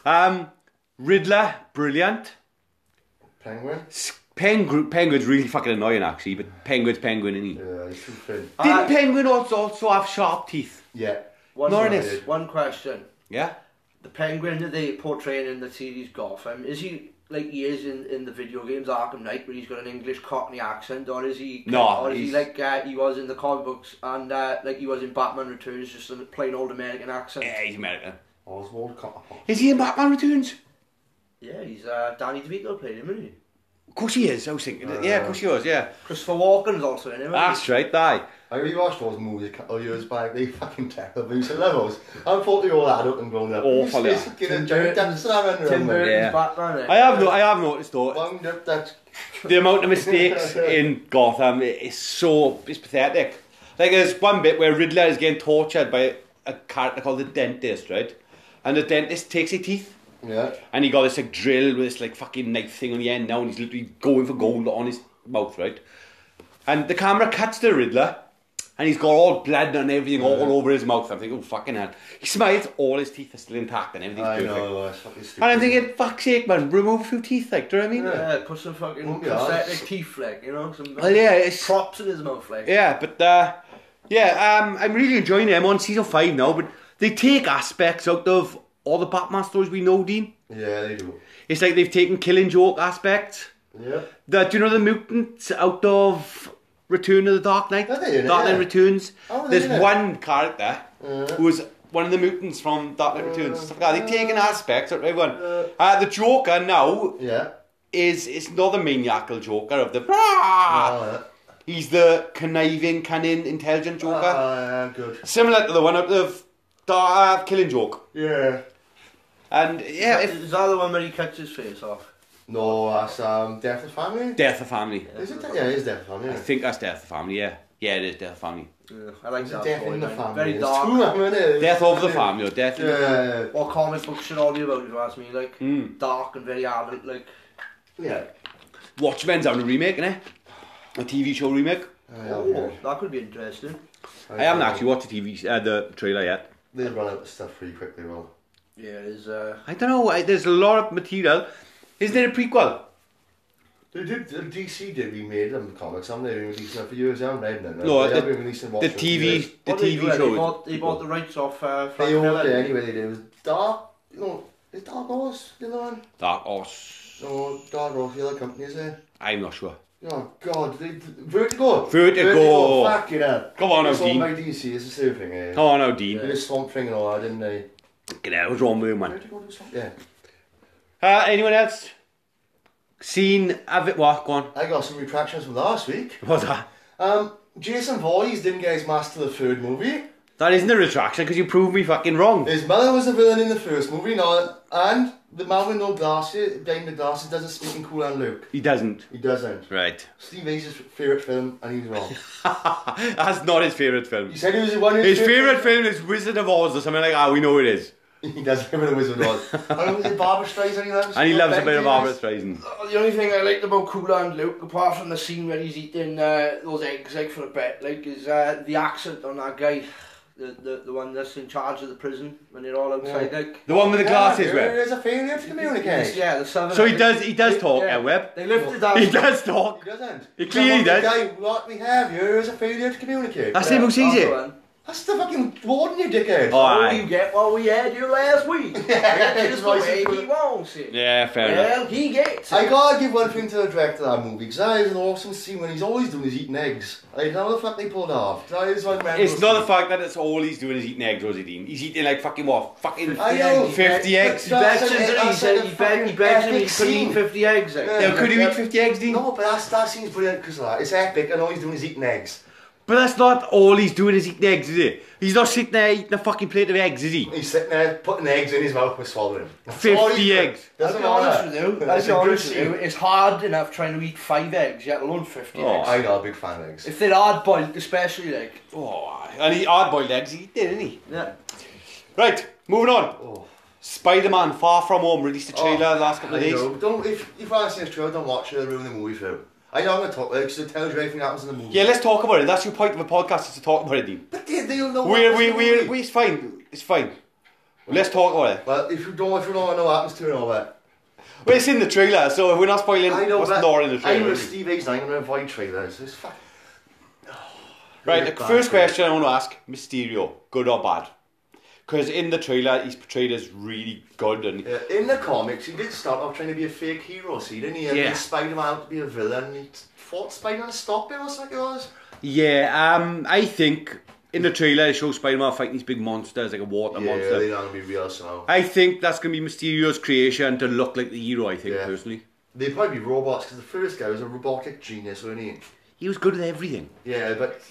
Um, Riddler, brilliant.
Penguin?
S- Penguin, Penguin's really fucking annoying actually, but Penguin's Penguin, isn't he?
Yeah, he's too thin. Ah,
Uh,
Didn't Penguin also, also have sharp teeth?
Yeah.
One,
Norris.
one question.
Yeah.
The penguin that they portray in the series Gotham, is he like he is in, in the video games Arkham Knight where he's got an English Cockney accent or is he
No,
or is he
he's-
like uh, he was in the comic books and uh, like he was in Batman Returns just a plain old American accent
Yeah, he's American.
Oswald oh, Copperpot.
Is he in Batman Returns?
yeah he's uh, Danny DeVito played him isn't he
Of course he is. I was thinking. yeah, of course he was. Yeah.
Christopher Walken's also in him isn't
That's right. Aye.
I rewatched those movies a couple of years back. They fucking terrible. They said levels. I thought they all add up and grown up.
Awful,
It's
yeah.
fucking a joke. That's not
he Tim
random.
Burton's
Yeah.
Batman eh?
I have no. I have noticed though
Wound up that.
the amount of mistakes in Gotham i- is so it's pathetic. Like there's one bit where Riddler is getting tortured by a character called the dentist, right? And the dentist takes his teeth.
Yeah.
and he got this like drill with this like fucking knife thing on the end now, and he's literally going for gold on his mouth, right? And the camera cuts to Riddler, and he's got all blood and everything all over his mouth. I'm thinking, oh fucking hell. He smiles, all his teeth are still intact, and everything's
I
perfect.
know. It's fucking stupid.
And I'm thinking, fuck's sake, man, remove a few teeth, like, do you know what I mean?
Yeah.
yeah Uh, put some fucking
Won't be hard.
prosthetic teeth like you know some
Well, Oh, yeah, it's
props in his mouth like
yeah, but uh, yeah, um, I'm really enjoying it. I'm on season five now, but they take aspects out of all the Batman stories we know, Dean.
Yeah, they do.
It's like they've taken Killing Joke aspects.
Yeah.
The, do you know the mutants out of Return of the Dark Knight?
Are they in it?
Dark Knight
Yeah.
Returns.
Oh, they're
There's
in it.
one character who's one of the mutants from Dark Knight Returns and
Uh.
stuff like that. They've taken aspects out of everyone. Uh, the Joker now
Yeah.
is it's not the maniacal Joker of the.
Ah,
He's the conniving, cunning, intelligent
yeah.
Joker.
Ah, good.
Similar to the one out of Dark uh, Killing Joke.
Yeah.
And yeah,
Is
if
that- is that the one where he cuts his face off?
No, that's um, Death of Family.
Death of Family.
Is it? Death? Yeah, it is Death of Family.
I think that's Death of Family, yeah. Yeah, it is Death of Family.
Yeah, I like
It's
that.
a Death
story,
in the
man.
Family.
Very
It's
dark.
Too, long, isn't it?
Death of the Family, or Death in the Family.
Yeah.
What comic book should all be about, if you ask me? Like
Mm.
dark and very adult. Like
Yeah.
Watchmen's having a remake, innit? A TV show remake.
oh, that could be interesting.
I
Oh.
haven't actually watched the TV, uh, the trailer yet.
They run out of stuff pretty quickly, Will.
Yeah, it is. Uh,
I don't know, I, there's a lot of material. Is there a prequel?
They did, the DC did remade them comics, haven't they? They've been releasing them for years, haven't they? No,
No,
they
the-
have been releasing
The
Watchmen for years.
TV, the
what they do,
TV
uh,
show.
They
is
bought, they
prequel.
bought the rights off uh, Frank
They owned it
Miller.
anyway, they did. It was Dark, you know, is Dark Horse, the other one?
Dark Horse.
No, Dark Horse, the other company, is it?
oh, I'm not sure.
Oh, God, they, Vertigo!
Vertigo.
Fuck, you know.
Come on,
It's all
Odin.
by DC, it's the same thing, eh?
Come on, Odin.
They did Swamp Thing and all that, didn't they?
Get out, what's wrong with you, man?
Vertigo do Swamp Yeah.
Uh, anyone else? Seen, have it, what, go on.
I got some retractions from last week.
What's that?
Um, Jason Voorhees didn't get his mask to the third movie.
That isn't a retraction because you proved me fucking wrong.
His mother was a villain in the first movie, now, and the man with no glasses, behind the glasses, doesn't speak in Cool and Luke.
He doesn't.
He doesn't.
Right.
Steve Ace's favourite film, and he's wrong.
That's not his favourite film.
He said he was the one who.
His favourite film is Wizard of Oz or something like that. We know it is.
He doesn't remember the Wizard of Oz. and was it Barbara Streisand he loves?
And he loves a bit of
Betty
Barbara
Davis.
Streisand.
Oh, the only thing I liked about Cooler and Luke, apart from the scene where he's eating uh, those eggs like for a bit, like is uh, the accent on that guy, the, the the one that's in charge of the prison when they're all outside.
Yeah.
Like,
The one with the glasses,
Yeah,
Web.
There's a failure to communicate.
yeah, the southern.
So he does, he does talk, yeah,
Yeah.
Web.
They lifted that.
He does
He
talk.
doesn't.
He clearly
Come on,
does.
Guy, what we have here is a failure to communicate.
That's him who sees
That's the
it.
one.
That's the fucking warden, you dickhead.
Oh,
Oh,
aye.
you get what we had you last week. Which is the way he wants it.
Yeah, fair enough.
Well, he gets
I
it.
gotta give one thing to the director of that movie, because that is an awesome scene when he's always doing is eating eggs. Like, how the fuck they pulled it off? That is one mental
It's not the
scene.
fact that it's all he's doing is eating eggs, Rosie Dean. He's eating like fucking what? Fucking
I know.
50 eggs.
But that's
He
an-
said- he
that's
said
an
he bet he
fucking
bet him he
epic
could eat
scene.
50 eggs. eh?
Yeah.
Now, could you eat 50 eggs, Dean?
No, but that's, that scene's brilliant because of that. It's epic, and all he's doing is eating eggs.
But that's not all he's doing is eating eggs, is it? He's not sitting there eating a fucking plate of eggs, is he?
He's sitting there putting eggs in his mouth and swallowing. That's
50
all he's doing.
eggs.
I'll
Doesn't
be honest
matter.
with you, I'll
That's
be
a good
honest with you,
scene.
it's hard enough trying to eat five eggs, let alone 50
Oh.
eggs.
I got a big fan of eggs.
If they're hard boiled, especially like.
Oh, aye. and he hard boiled eggs, he did, didn't he?
Yeah.
Right, moving on.
Oh.
Spider Man Far From Home released a trailer
Oh,
the last couple
I
of days.
know. Don't if if you haven't seen this trailer, don't watch it. It'll ruin the movie for you. I know I'm gonna talk about it because it tells you everything that happens in the movie.
Yeah, let's talk about it. That's your point of a podcast is to talk about it, Dean.
but they, they'll know. what
We're,
happens
we
in the
we're,
movie.
we it's fine. It's fine. Let's talk about it.
Well, if you don't, if you don't know what happens to it and all that.
Well, it's in the trailer, so we're not spoiling
I know,
what's
but
not in the
I'm
trailer.
with Steve A's I'm going to avoid trailers. It's fuck.
Right,
You're
the
bad,
first
mate.
question I want to ask Mysterio, good or bad? Because in the trailer, he's portrayed as really good and
Yeah, in the comics, he did start off trying to be a fake hero, so he didn't he?
Yeah.
Yeah. Spider-Man out to be a villain. He fought Spider-Man to stop him or something it was.
Yeah, um, I think in the trailer it shows Spider-Man fighting these big monsters like a water
yeah,
monster.
they're not going to be real somehow.
I think that's going to be Mysterio's creation to look like the hero. I think
Yeah.
personally,
They'd probably be robots because the first guy was a robotic genius, wasn't he?
he was good at everything.
Yeah, but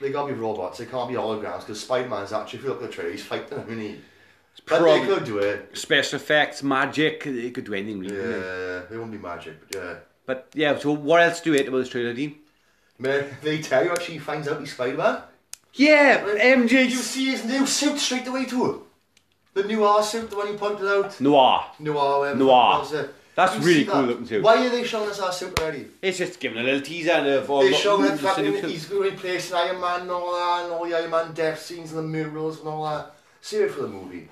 they got to be robots. They can't be holograms because Spider-Man's actually, if you look at the trailer, he's fighting them, isn't he? But
prob-
they could do it.
Special effects, magic, it could do anything really. couldn't it?
Yeah, it wouldn't be magic, but yeah.
But yeah, so what else do you hate about this trailer, Dean?
Man, they tell you actually he finds out he's Spider-Man.
Yeah, MJ
You see his new suit straight away too. The new R suit, the one you pointed out.
Noir.
Noir. whatever
Noir.
the fuck that was, uh,
That's
you
really
see
cool looking too.
Why are they showing us our suit already?
It's just giving a little teaser of all
They're
the-
showing
the
that fucking
solution.
he's going to replace Iron Man and all that, and all the Iron Man death scenes and the murals and all that. Save it for the movie.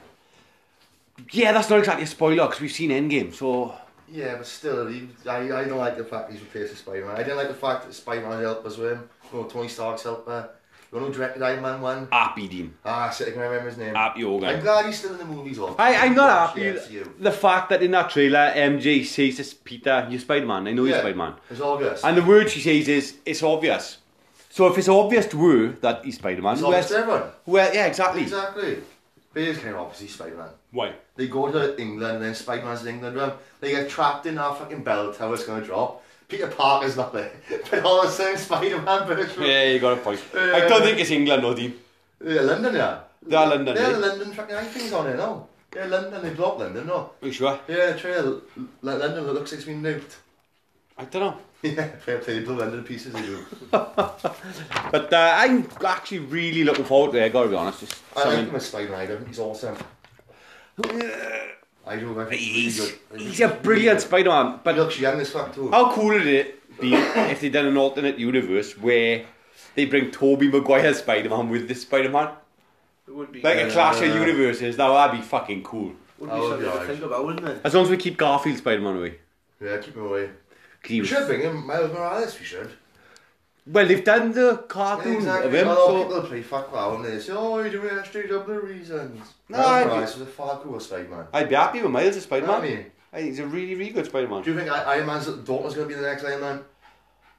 Yeah, that's not exactly a spoiler because we've seen Endgame. So
Yeah, but still, he, I, I don't like the fact he's replacing Spider Man. I didn't like the fact that Spider Man helpers were him. No, Tony Stark's helper. You know who directed Iron Man 1?
happy, Dean.
Ah, shit, I can remember his name.
Happy, Hogan.
I'm glad he's still in the movies. though.
I, I'm not
Yeah,
happy
it's Oh, you.
with the fact that in that trailer MJ says to Peter, "You're Spider-Man. I know you're
Yeah,
Spider-Man."
It's August.
And the word she says is, "It's obvious." So if it's obvious to her that he's Spider-Man,
it's
who
August
else-
to everyone.
well, yeah, exactly.
Exactly. Basically, obviously, Spider Man.
Why?
They go to England and then Spider Man's in England. Right? They get trapped in that fucking bell tower, it's going to drop. Peter Parker's not there. But all the same, Spider Man version.
Yeah, you got a point. I don't think it's England or the.
Yeah, London, yeah.
They're London,
They're the
eh?
London fucking I things on it, no? Yeah, London, they blocked London, no?
Are you sure?
Yeah, trail. L- London looks like it's been nuked.
I don't know.
Yeah, fair play, they blew London to pieces, they do.
But uh, I'm actually really looking forward to it, i got to be honest. It's
I like
something-
him as Spider Man, I don't think he's awesome. I do, I think he's really
He's,
good.
he's a brilliant Oh. Spider-Man,
He
but
looks young as fuck, too.
How cool would it be if they did an alternate universe where they bring Toby Maguire Spider Man with this Spider Man?
It would be,
Like
Uh,
it
a clash of
Yeah.
universes, that would be fucking cool.
would
I
be
would
something
be
to
alright.
think about, wouldn't it?
As long as we keep Garfield Spider Man away. 'Cause
Yeah, keep him away.
he
We
was-
should bring him Miles Morales, we should.
Well, they've done the cartoon
Exactly.
of him,
Although
so.
people play fuck that when they say, oh, you're doing extra job the reasons.
No,
No,
I-
Miles Morales was a far cooler Spider Man.
I'd be happy with Miles as Spider
I
Man.
mean,
I think he's a really, really good Spider Man.
do you think I- Iron Man's daughter's going to be the next Iron Man?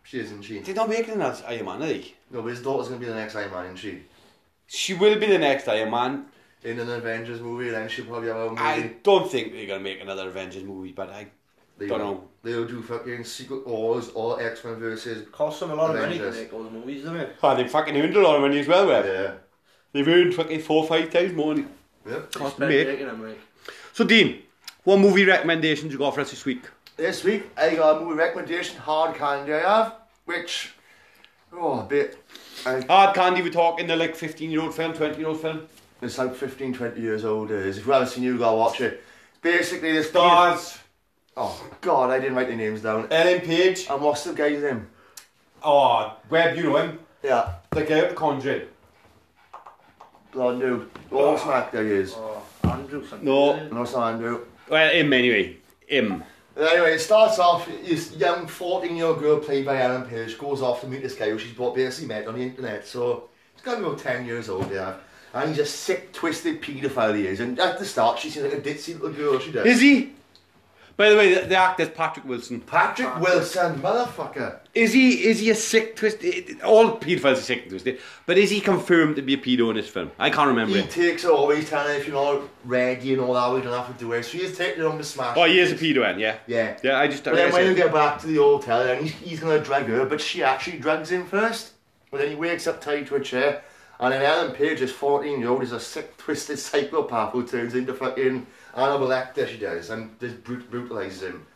She isn't, she?
They're not making that Iron Man, are they?
No, but his daughter's going to be the next Iron Man, isn't she?
She will be the next Iron Man.
In an Avengers movie, then she'll probably have a movie.
I don't think they're going to make another Avengers movie, but I
they
don't know.
They'll do fucking Secret Wars or X Men versus.
Costs them a lot of money to
Avengers.
make all the movies, doesn't it?
Oh, they fucking earned a lot of money as well, where
Yeah.
They've earned fucking four or five times more. than-
Yep.
They
Cost
spend
make.
making them, like.
So, Dean, what movie recommendations you got for us this week?
This week I got a movie recommendation, Hard Candy I have, which. Oh, a bit. I
Hard candy, we're talking the like 15 year old film, 20 year old film.
It's like 15, 20 years old. it is. If you haven't seen it, you gotta watch it. Basically, this guy.
Stars,
Oh, God, I didn't write the names down.
Ellen Page,
And what's the guy's name?
oh, Webb, you know him,
Yeah,
the guy with the conjuring.
blonde dude. Oh, smack, there he is.
Oh, Andrew something.
No.
isn't it?
No, it's not Andrew.
Well, him anyway. Him.
Anyway, it starts off, this young 14 year old girl played by Alan Page goes off to meet this guy who she's bought basically met on the internet. So he's got to be about 10 years old, yeah. And he's a sick, twisted paedophile, he is. And at the start, she seems like a ditzy little girl, she does.
Is he? By the way, the, the actor's Patrick Wilson.
Patrick Wilson, motherfucker.
Is he is he a sick twist? it- All paedophiles are sick and twisted, but is he confirmed to be a pedo in this film? I can't remember
He
it.
takes it always telling her if you're not ready and all that, we don't have to do it. So he's taking it on the smash.
Oh, he is a pedo, then, yeah.
Yeah.
Yeah, I just
But then
I
when
said-
you get back to the hotel, then he's, he's going to drag her, but she actually drags him first. But then he wakes up tied to a chair, and then Alan Page, is 14 year old, is a sick, twisted psychopath who turns into fucking Annabelle Lecter, she does, and just brut- brutalises him.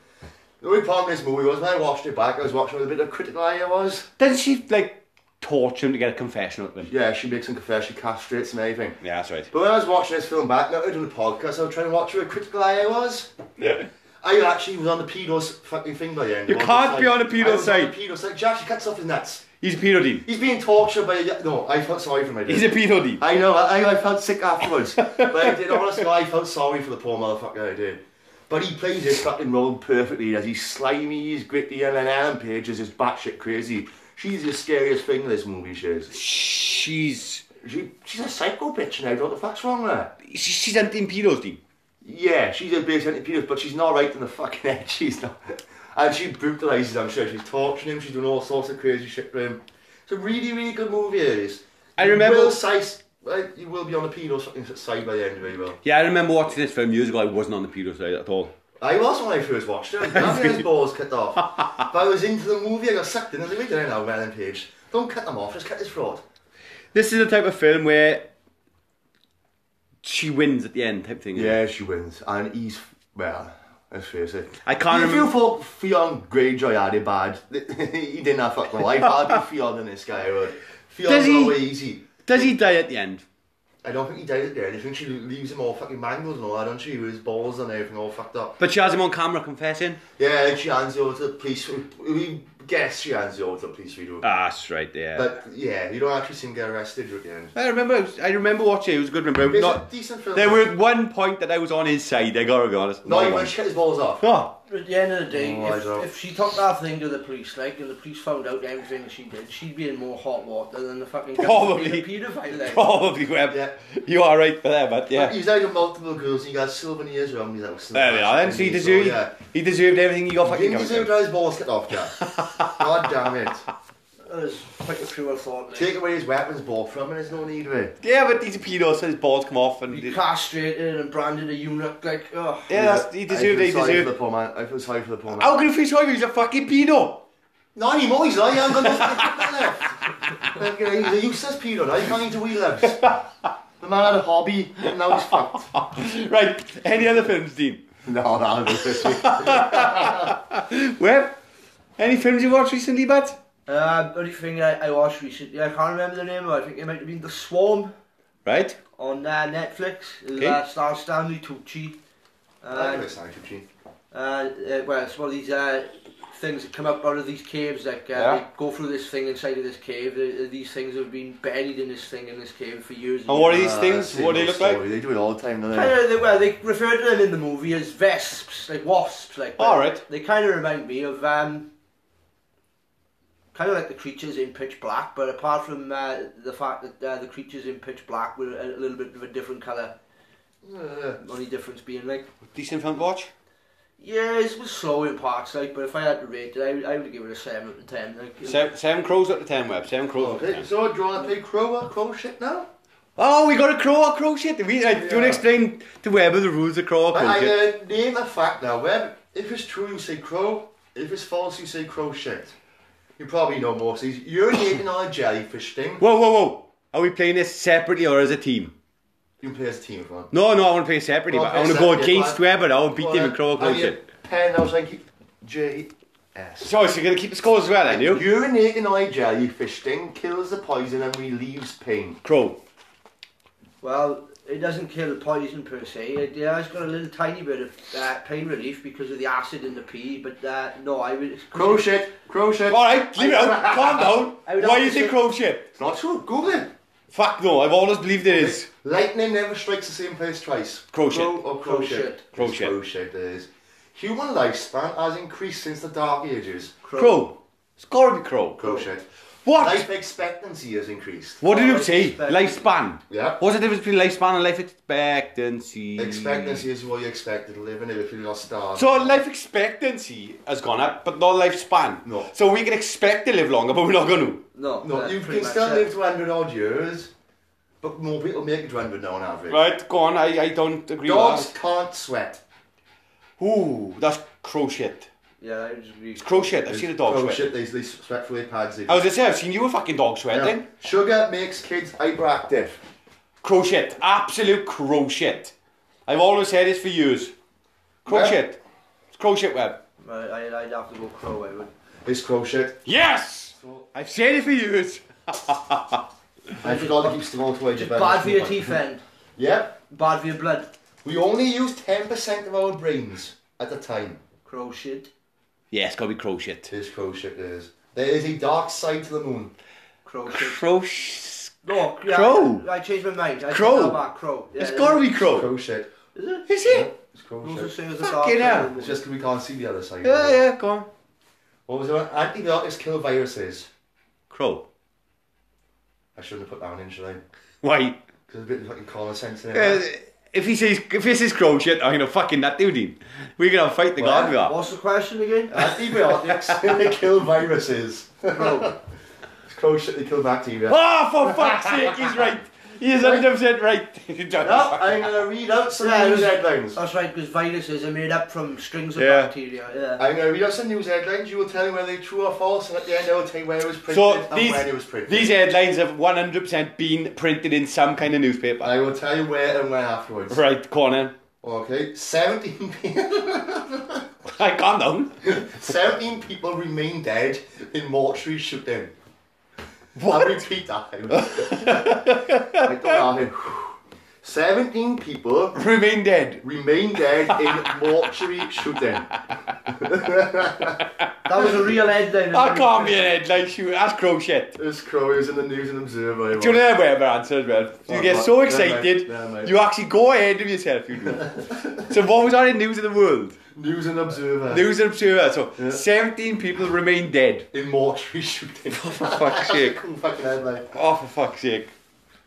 The only problem with this movie was when I watched it back, I was watching with a bit of critical eye, I was.
Doesn't she like torture him to get a confession out of him?
Yeah, she makes him confess, she castrates him and everything.
Yeah, that's right.
But when I was watching this film back, not doing the podcast, I was trying to watch it with a critical eye, I was.
Yeah.
I actually was on the pedo's fucking thing by the end.
You
I was
can't
like-
be on the pedo
I was on
side.
the pedo side. She actually cuts off his nuts.
He's a pedo, Dean.
He's being tortured by a... y- No, I felt sorry for him. I did.
He's a pedo, Dean.
I know, I, I felt sick afterwards. but I did, honestly, I felt sorry for the poor motherfucker, I did. But he plays his fucking role perfectly as he's slimy, he's gritty, and then Alan Page is just batshit crazy. She's the scariest thing in this movie, she is.
She's
She, she's a psycho bitch now, what the fuck's wrong with her?
she, she's anti pedos, Dean.
Yeah, she's a big centipede, but she's not right in the fucking head. She's not. And she brutalises, I'm sure. She's torturing him, she's doing all sorts of crazy shit for him. It's a really, really good movie, it is.
I remember-
You will, size, uh, you will be on the penal fucking side by the end of it, well.
Yeah, I remember watching this film years ago. I wasn't on the pedo side at all.
I was when I first watched it. I had balls cut off. but I was into the movie, I got sucked in. I was like, wait a minute now, Ellen Page. Don't cut them off, just cut this fraud.
This is the type of film where she wins at the end, type thing.
Yeah, she wins. And he's, well, let's face it.
I can't
If you
remember.
thought Fionn Greyjoy had it bad, he didn't have fucking life. I'd be Fionn in this guy, would.
Does
Fionn's
he-
away easy.
Does he die at the end?
I don't think he died at the end. I think she leaves him all fucking mangled and all that, don't she? With his balls and everything all fucked up.
But she has him on camera confessing.
Yeah, and she hands it over to the police. We- We guess she hands it over to the police, we do.
Ah, that's right. Yeah.
But yeah, you don't actually see him get arrested at the end.
I remember. it was- I remember watching. It It was a good remember.
It's
Not,
a decent film.
there were at one point that I was on his side. I gotta be honest.
No,
My
he
one.
went to cut his balls off.
Oh,
At the end of the day,
Oh, I don't-
if, if she took that thing to the police, like, and the police found out everything she did, she'd be in more hot water than the fucking guy
Probably.
who's been a paedophile. Like.
probably Webb.
Yeah.
You are right for that, but yeah.
He's out with multiple girls and he got souvenirs around his house. and
There we
that
are. Then
shit,
so he
so,
deserved.
yeah.
He deserved everything he got.
He
Fucking
deserved
covered.
how his balls cut off, Jack. God damn it.
there's quite a few I thought.
Take away his weapons, bought from him, there's no need of it.
Yeah, but he's a pedo, so his balls come off. and
He
Yeah,
castrated and branded a eunuch, like, oh.
that's, he deserved
I
it,
feel
he
sorry for
deserved
the poor man. I feel sorry for the poor man.
How can you feel sorry for He's a fucking pedo.
No, anymore, he's not. He hasn't got nothing left. Like, he's a useless pedo now. He can't eat wee legs. The man had a hobby, and now he's fucked.
Right, any other films, Dean?
No, no, this week.
Web? Any films you watched recently, bud?
Uh, only thing I, I watched recently, I can't remember the name of it, I think it might have been The Swarm
Right?
on uh, Netflix. It
Okay.
uh, stars Stanley Tucci. Uh, uh, uh, well, it's one of these uh, things that come up out of these caves. Like uh,
Yeah.
they go through this thing inside of this cave. Uh, uh, These things have been buried in this thing in this cave for years.
And what are
years.
these things?
Uh,
What do they look like?
They do it all the time, don't
Kind
they?
of, they, well, they refer to them in the movie as vesps, like wasps. Like but
All right.
They kind of remind me of um, kind of like the creatures in Pitch Black, but apart from uh, the fact that uh, the creatures in Pitch Black were a little bit of a different colour. Only difference being like.
Decent film to watch?
Yeah, it was slow in parts, like, but if I had to rate it, I, would- I would give it a 7 out of 10. Like,
Seven, seven crows out of ten, Web. Seven crows out of
Okay,
ten.
so do you want to play crow, uh, crow shit now?
Oh, we got a crow or crow shit. We, uh, Do you want to
Yeah.
explain to Web the rules of crow or crow shit?
I uh, name a fact now, Web. If it's true, you say crow. If it's false, you say crow shit. You probably know most of these. You're naming on a jellyfish thing.
Whoa, whoa, whoa. Are we playing this separately or as a team?
You can play as a team if you want.
No, no, I want to play separately.
Well,
but I want to
play
go
separately,
against
fine. Oh,
Webber. I want to beat him in crow or crow
I need a
shit.
Pen, I was like, J E S.
So, so you're going to keep the score as well, then, you?
Urinating eye jellyfish thing kills the poison and relieves pain.
Crow.
well, it doesn't kill poison per se. It yeah, it's got a little tiny bit of uh, pain relief because of the acid in the pee, but uh, no, I would.
Crow shit, crow shit.
All right, leave it out. Calm
I
down.
would
Why
have
you
to
say
say-
crow shit?
It's not true, Google it.
Fuck no, I've always believed it is.
Lightning never strikes the same place twice.
Crow shit.
Crow oh, or crow,
Crow
shit.
shit.
Crow
It's
shit.
Crow shit it is. Human lifespan has increased since the dark ages.
Crow. It's got to be crow.
Crow shit.
What?
Life expectancy has increased.
What did you
Life
say?
expectancy.
Lifespan.
Yeah.
What's the difference between lifespan and life expectancy?
Expectancy is what you expected to live in if you're not starving.
So life expectancy has gone up, but not lifespan.
No.
So we can expect to live longer, but we're not going to.
No,
No,
that's
you
pretty
can
much
still
it.
live to 100 odd years, but more people make it to 100 now on average.
Right, go on. I, I don't agree
Dogs
with
can't sweat.
that. Ooh, that's crow shit.
Yeah, I would agree.
It's crow shit. I've seen a dog
Crow
sweat.
shit, they, they sweat through their pads. They
I was gonna say I've seen you a fucking dog eh? sweating.
Yeah. Sugar makes kids hyperactive.
Crow shit. Absolute crow shit. I've always said this for years. Crow
Web?
shit. It's crow shit web.
I, I, I'd have to go crow, I would.
It's crow shit.
Yes! I've said it for years.
I forgot to keep score to age
Just bad for your teeth end,
Yep.
bad for your blood.
We only use 10% of our brains at the time.
Crow shit,
Yeah, it's gotta be crow shit.
This crow shit is. There is a dark side to the moon.
crow shit.
Crow sh-
No, yeah,
Crow.
I, I changed my mind. I
Crow.
Said that about crow. Yeah,
It's gotta be crow.
Crow shit.
Is it?
Is it?
It's crow
Rules of
shit.
Sales
Fucking hell.
It's just 'cause we can't see the other side.
Yeah, yeah, go on.
What was it? Antibiotics kill viruses.
Crow.
I shouldn't have put that one in, should I?
Why?
Because there's a bit of fucking common sense in it.
Uh, if he says if this is crow shit, I'm gonna fucking that dude in. We're gonna fight the guard with that.
What's the question again?
Uh,
Antibiotics they kill viruses.
Crow.
It's crow shit, they kill bacteria.
Oh, for fuck's sake, he's right. He is 100% right.
Now, I'm going to read out some
Yeah,
news
it was- Oh,
headlines.
That's right, because viruses are made up from strings of
Yeah.
bacteria. Yeah.
I'm going to read out some news headlines. You will tell me whether they're true or false, and at the end I will tell you where it was printed
So
and
these,
when it was printed.
these headlines have 100% been printed in some kind of newspaper.
I will tell you where and when afterwards.
right, Conan.
Okay, 17, pe-
I calm down.
17 people remain dead in mortuary shooting.
What?
I repeat that. I don't know. 17 people
Remain dead.
remain dead in mortuary shooting.
That was a real headline.
I can't be an headline shooter. That's crow shit.
This crow is in the News and Observer.
Do you know where my answer as well? You
Oh,
get
right.
so
Yeah,
excited,
mate. Yeah, mate.
you actually go ahead of yourself, you do. so what was on in News of the World?
News and Observer.
News and Observer. So 17 people remain dead.
in mortuary
Oh,
shooting.
for fuck's sake.
Couldn't fucking headline.
Oh, for fuck's sake.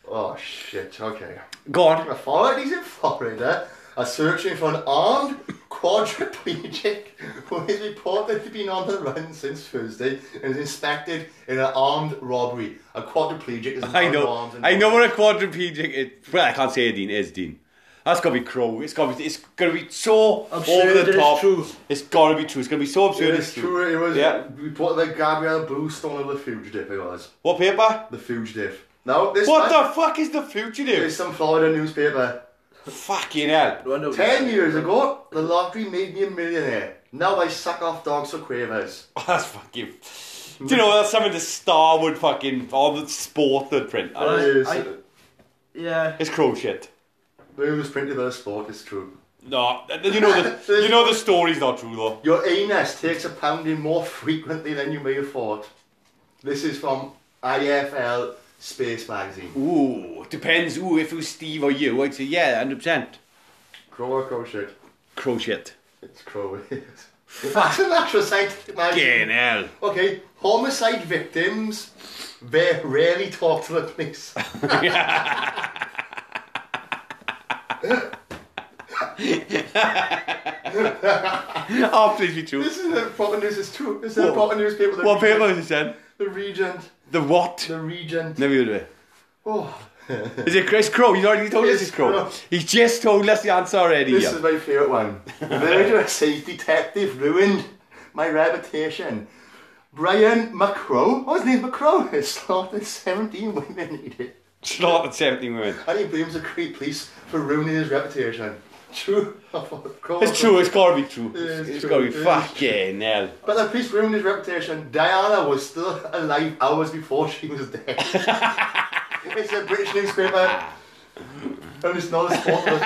Oh shit, okay.
Go on.
Authorities eh? in Florida are searching for an armed quadriplegic who is reported to have been on the run since Thursday and is inspected in an armed robbery. A quadriplegic is
I
an
know.
armed and
I know what a quadriplegic is. Well, I can't say it, Dean. It is Dean. That's gotta be crow. It's gotta be. It's gonna be so
Absurd
over
it
the
is
top.
true.
It's gotta be true. It's gonna be so absurd.
It is true. It was
Yeah.
reported by Gabrielle Bluestone of the fugitive. It was
What paper?
the fugitive. No, this
What
one
the fuck is the fugitive?
is some Florida newspaper.
Fucking hell.
No wonder we-
Ten years ago, the lottery made me a millionaire. Now I suck off dogs for quavers.
That's fucking. Do you know that's something the Star would fucking on the sport would print?
Well,
out.
it is.
I- Yeah.
It's crow shit.
It was printed by the sport, it's true.
No, you know the you know the story's not true though.
Your anus takes a pounding more frequently than you may have thought. This is from IFL Space Magazine.
Ooh, depends. Ooh, if it was Steve or you, I'd say yeah, hundred percent.
Crow or crow shit?
Crow shit.
It's crow. That's a natural scientific magazine.
Fucking hell.
Okay, homicide victims, they rarely talk to the police.
Absolutely true.
This is the proper news, it's true. This is the
What-
proper newspaper. The
What
Regent-
paper is it then?
The Regent.
The what?
The Regent.
Never heard of it.
Oh. this
Is it Chris Crow? He's already told us
It's
it's Crow.
Crow.
He just told us the answer already.
is
yeah.
my favourite one. Murder a safe detective ruined my reputation. Brian McCrow, what was his name? McCrow has slaughtered 17 women he did.
Slaughtered 17 women.
And he blames the Crete police for ruining his reputation. True.
It's true, it's gotta be true.
is
It's, it's
true,
gotta be
it is
fucking hell.
But the police ruined his reputation. Diana was still alive hours before she was dead. it's a British newspaper. And it's not a sport.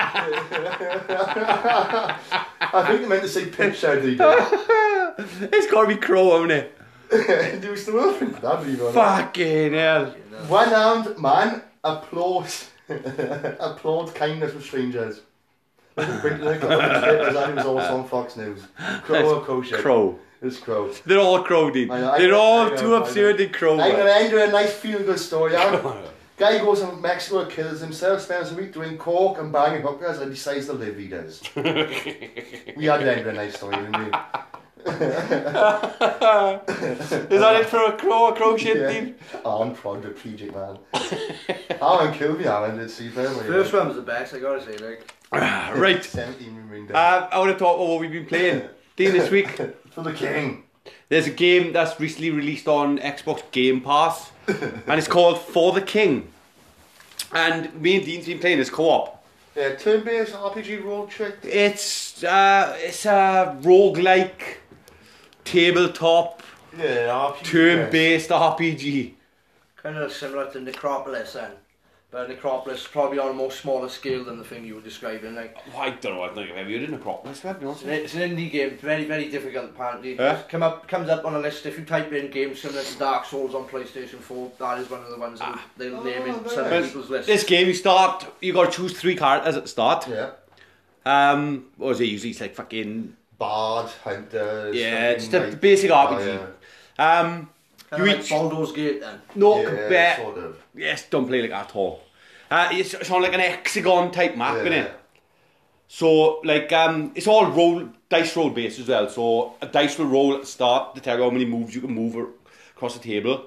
I think they meant to say picture, did you?
It's gotta be Crow, haven't it?
Do you still open? That'd be even-
Fucking hell.
One armed man applauds applauds kindness from strangers. Britain, like, that was also on Fox News. Crow or kosher?
Crow.
It's crow.
They're all Crow, Dean.
I know, I
They're
know,
all
I know,
too
I know.
absurd in Crow.
I'm
man.
gonna end with a nice feel good story. Huh? Guy goes to Mexico, kills himself, spends a week doing coke and banging hookers, and decides to live. He does. we had to end with a nice story, didn't we?
Is that it for a Crow, a Crow shit,
Yeah.
Dean?
Oh, I'm quadriplegic, man. Alan killed me, Alan. It's super.
First one was the best, I gotta say. Like,
right.
17 remain dead.
Uh, I want to talk about what we've been playing. Dean, this week,
For the king.
there's a game that's recently released on Xbox Game Pass, and it's called For the King. And me and Dean's been playing this co-op.
Yeah, turn based RPG role trick.
It's uh, it's a roguelike tabletop
Yeah, RPG.
turn based RPG.
kind of similar to Necropolis then. But Necropolis is probably on a more smaller scale than the thing you were describing. Like,
I don't know, I don't think I've ever heard of Necropolis, have you?
it's an, it's an indie game, very, very difficult apparently.
Yeah?
It's Come up, comes up on a list. If you type in games similar to Dark Souls on PlayStation 4, that is one of the ones that they'll name in
very
some
nice.
people's list.
Ah. This game, you start, you gotta choose three characters at the start.
Yeah.
Um, what is it usually? It's like fucking.
Bard, hunter.
Yeah,
something
just a
like-
basic
Oh,
RPG. Um,
Kinda
you
like
each.
Baldur's Gate then.
No,
yeah.
compare.
Yeah, sort of.
Yes, don't play like that at all. Uh, it's, it's on like an hexagon type map,
Yeah.
isn't it? So like um, it's all roll dice roll based as well. So a dice will roll at the start to tell you how many moves you can move ar- across the table.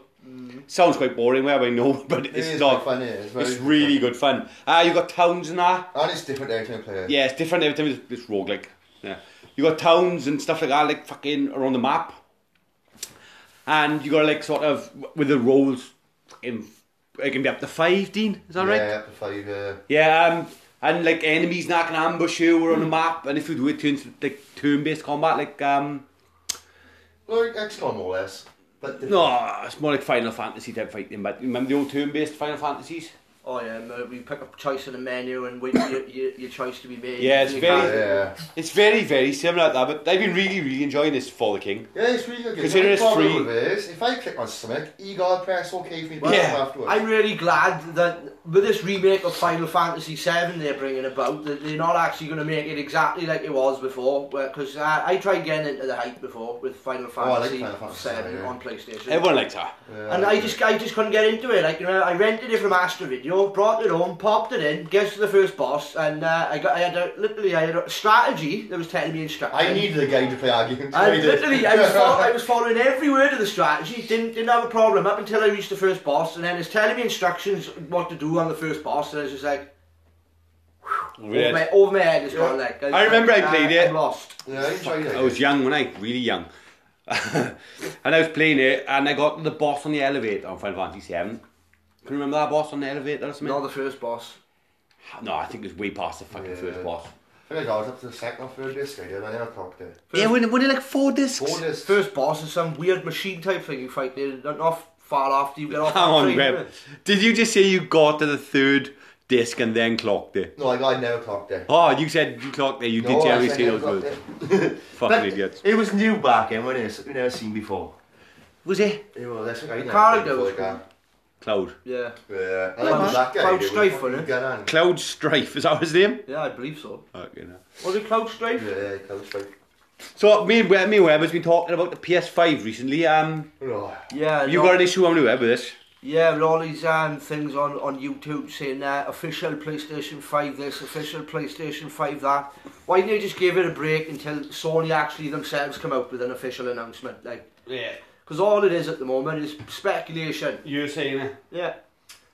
Sounds quite boring, where I know, but
Mm-hmm. It
it's
is
not.
quite funny. It's, very
It's really good fun. Uh, you got towns and that.
And it's different every time you play it.
Yeah, it's different every time. It's, it's roguelike. Yeah, you got towns and stuff like that, like fucking around the map. And you got to like sort of with the rolls, fucking, it can be up to five. Dean, is that right?
Yeah, up to five, yeah.
Yeah, um, and like enemies not gonna ambush you or on the map, and if you do it turns like turn-based combat, like um,
Like XCOM more or less. But different.
no, it's more like Final Fantasy type fighting. But remember the old turn-based Final Fantasies?
Oh yeah, mo- you pick up a choice in the menu and wait for your, your, your choice to be made.
Yeah, it's
You
very-
Ah,
can't-
Yeah.
It's very, very similar to that. But I've been really, really enjoying this For the King.
Yeah, it's really good.
Consider
The
it's
problem
free.
with it is, if I click on something, Egon press OK for me
Well,
to
yeah,
afterwards.
I'm really glad that with this remake of Final Fantasy VII they're bringing about, that they're not actually going to make it exactly like it was before. Because I, I tried getting into the hype before with Final
Oh, I like
Fantasy
Final Fantasy
VII
VII, yeah.
on PlayStation,
Everyone likes that.
Yeah.
and I just I just couldn't get into it. Like you know, I rented it from Astra Video video, brought it home, popped it in, gets to the first boss, and uh, I got I had a, literally I had a strategy that was telling me instructions.
I needed a game to play arguments.
I
I did.
literally, I was, fol- I was following every word of the strategy. Didn't didn't have a problem up until I reached the first boss, and then it's telling me instructions what to do on the first boss, and I was just like, over, my, over my head is gone. Like
I remember I played it.
I'm lost.
Yeah, I enjoyed it.
I was young when I really young. and I was playing it and I got the boss on the elevator on Final Fantasy 7. Can you remember that boss on the elevator or something?
Not the first boss.
No, I think it was way past the fucking
Yeah.
first boss.
I think I was up to the second or third disc. I did. I never talked to.
Yeah, were were there like four discs?
Four discs.
First boss is some weird machine type thing you fight there, not not far after you get off.
Hang
the
on,
train,
Graham.
isn't it?
Did you just say you got to the third disc and then clocked it?
No, I, I never talked to.
Oh, you said you clocked it. You
No,
did Jerry
I said
Seals
never
words.
talked to.
Fucking idiots.
It was new back then, wasn't it? Something I'd never seen before.
Was it?
It was. That's what I never
Carl
played before,
goes.
the guy.
Cloud.
Yeah,
Yeah. I
Yeah,
like that guy.
Cloud
dude.
Strife,
Fucking
wasn't it?
Get on.
Cloud Strife, is that his name?
yeah, I believe so.
Fucking hell.
Was it Cloud Strife?
Yeah, Cloud Strife.
So, me and, Web- me and Web has been talking about the PS5 recently. Um,
Oh,
Yeah,
you
no.
got an issue on you, Web, with this?
Yeah, with all these um, things on, on YouTube saying uh, official PlayStation 5 this, official PlayStation 5 that. Why didn't they just give it a break until Sony actually themselves come out with an official announcement? Like,
Yeah.
because all it is at the moment is speculation.
You're saying uh, it.
Yeah.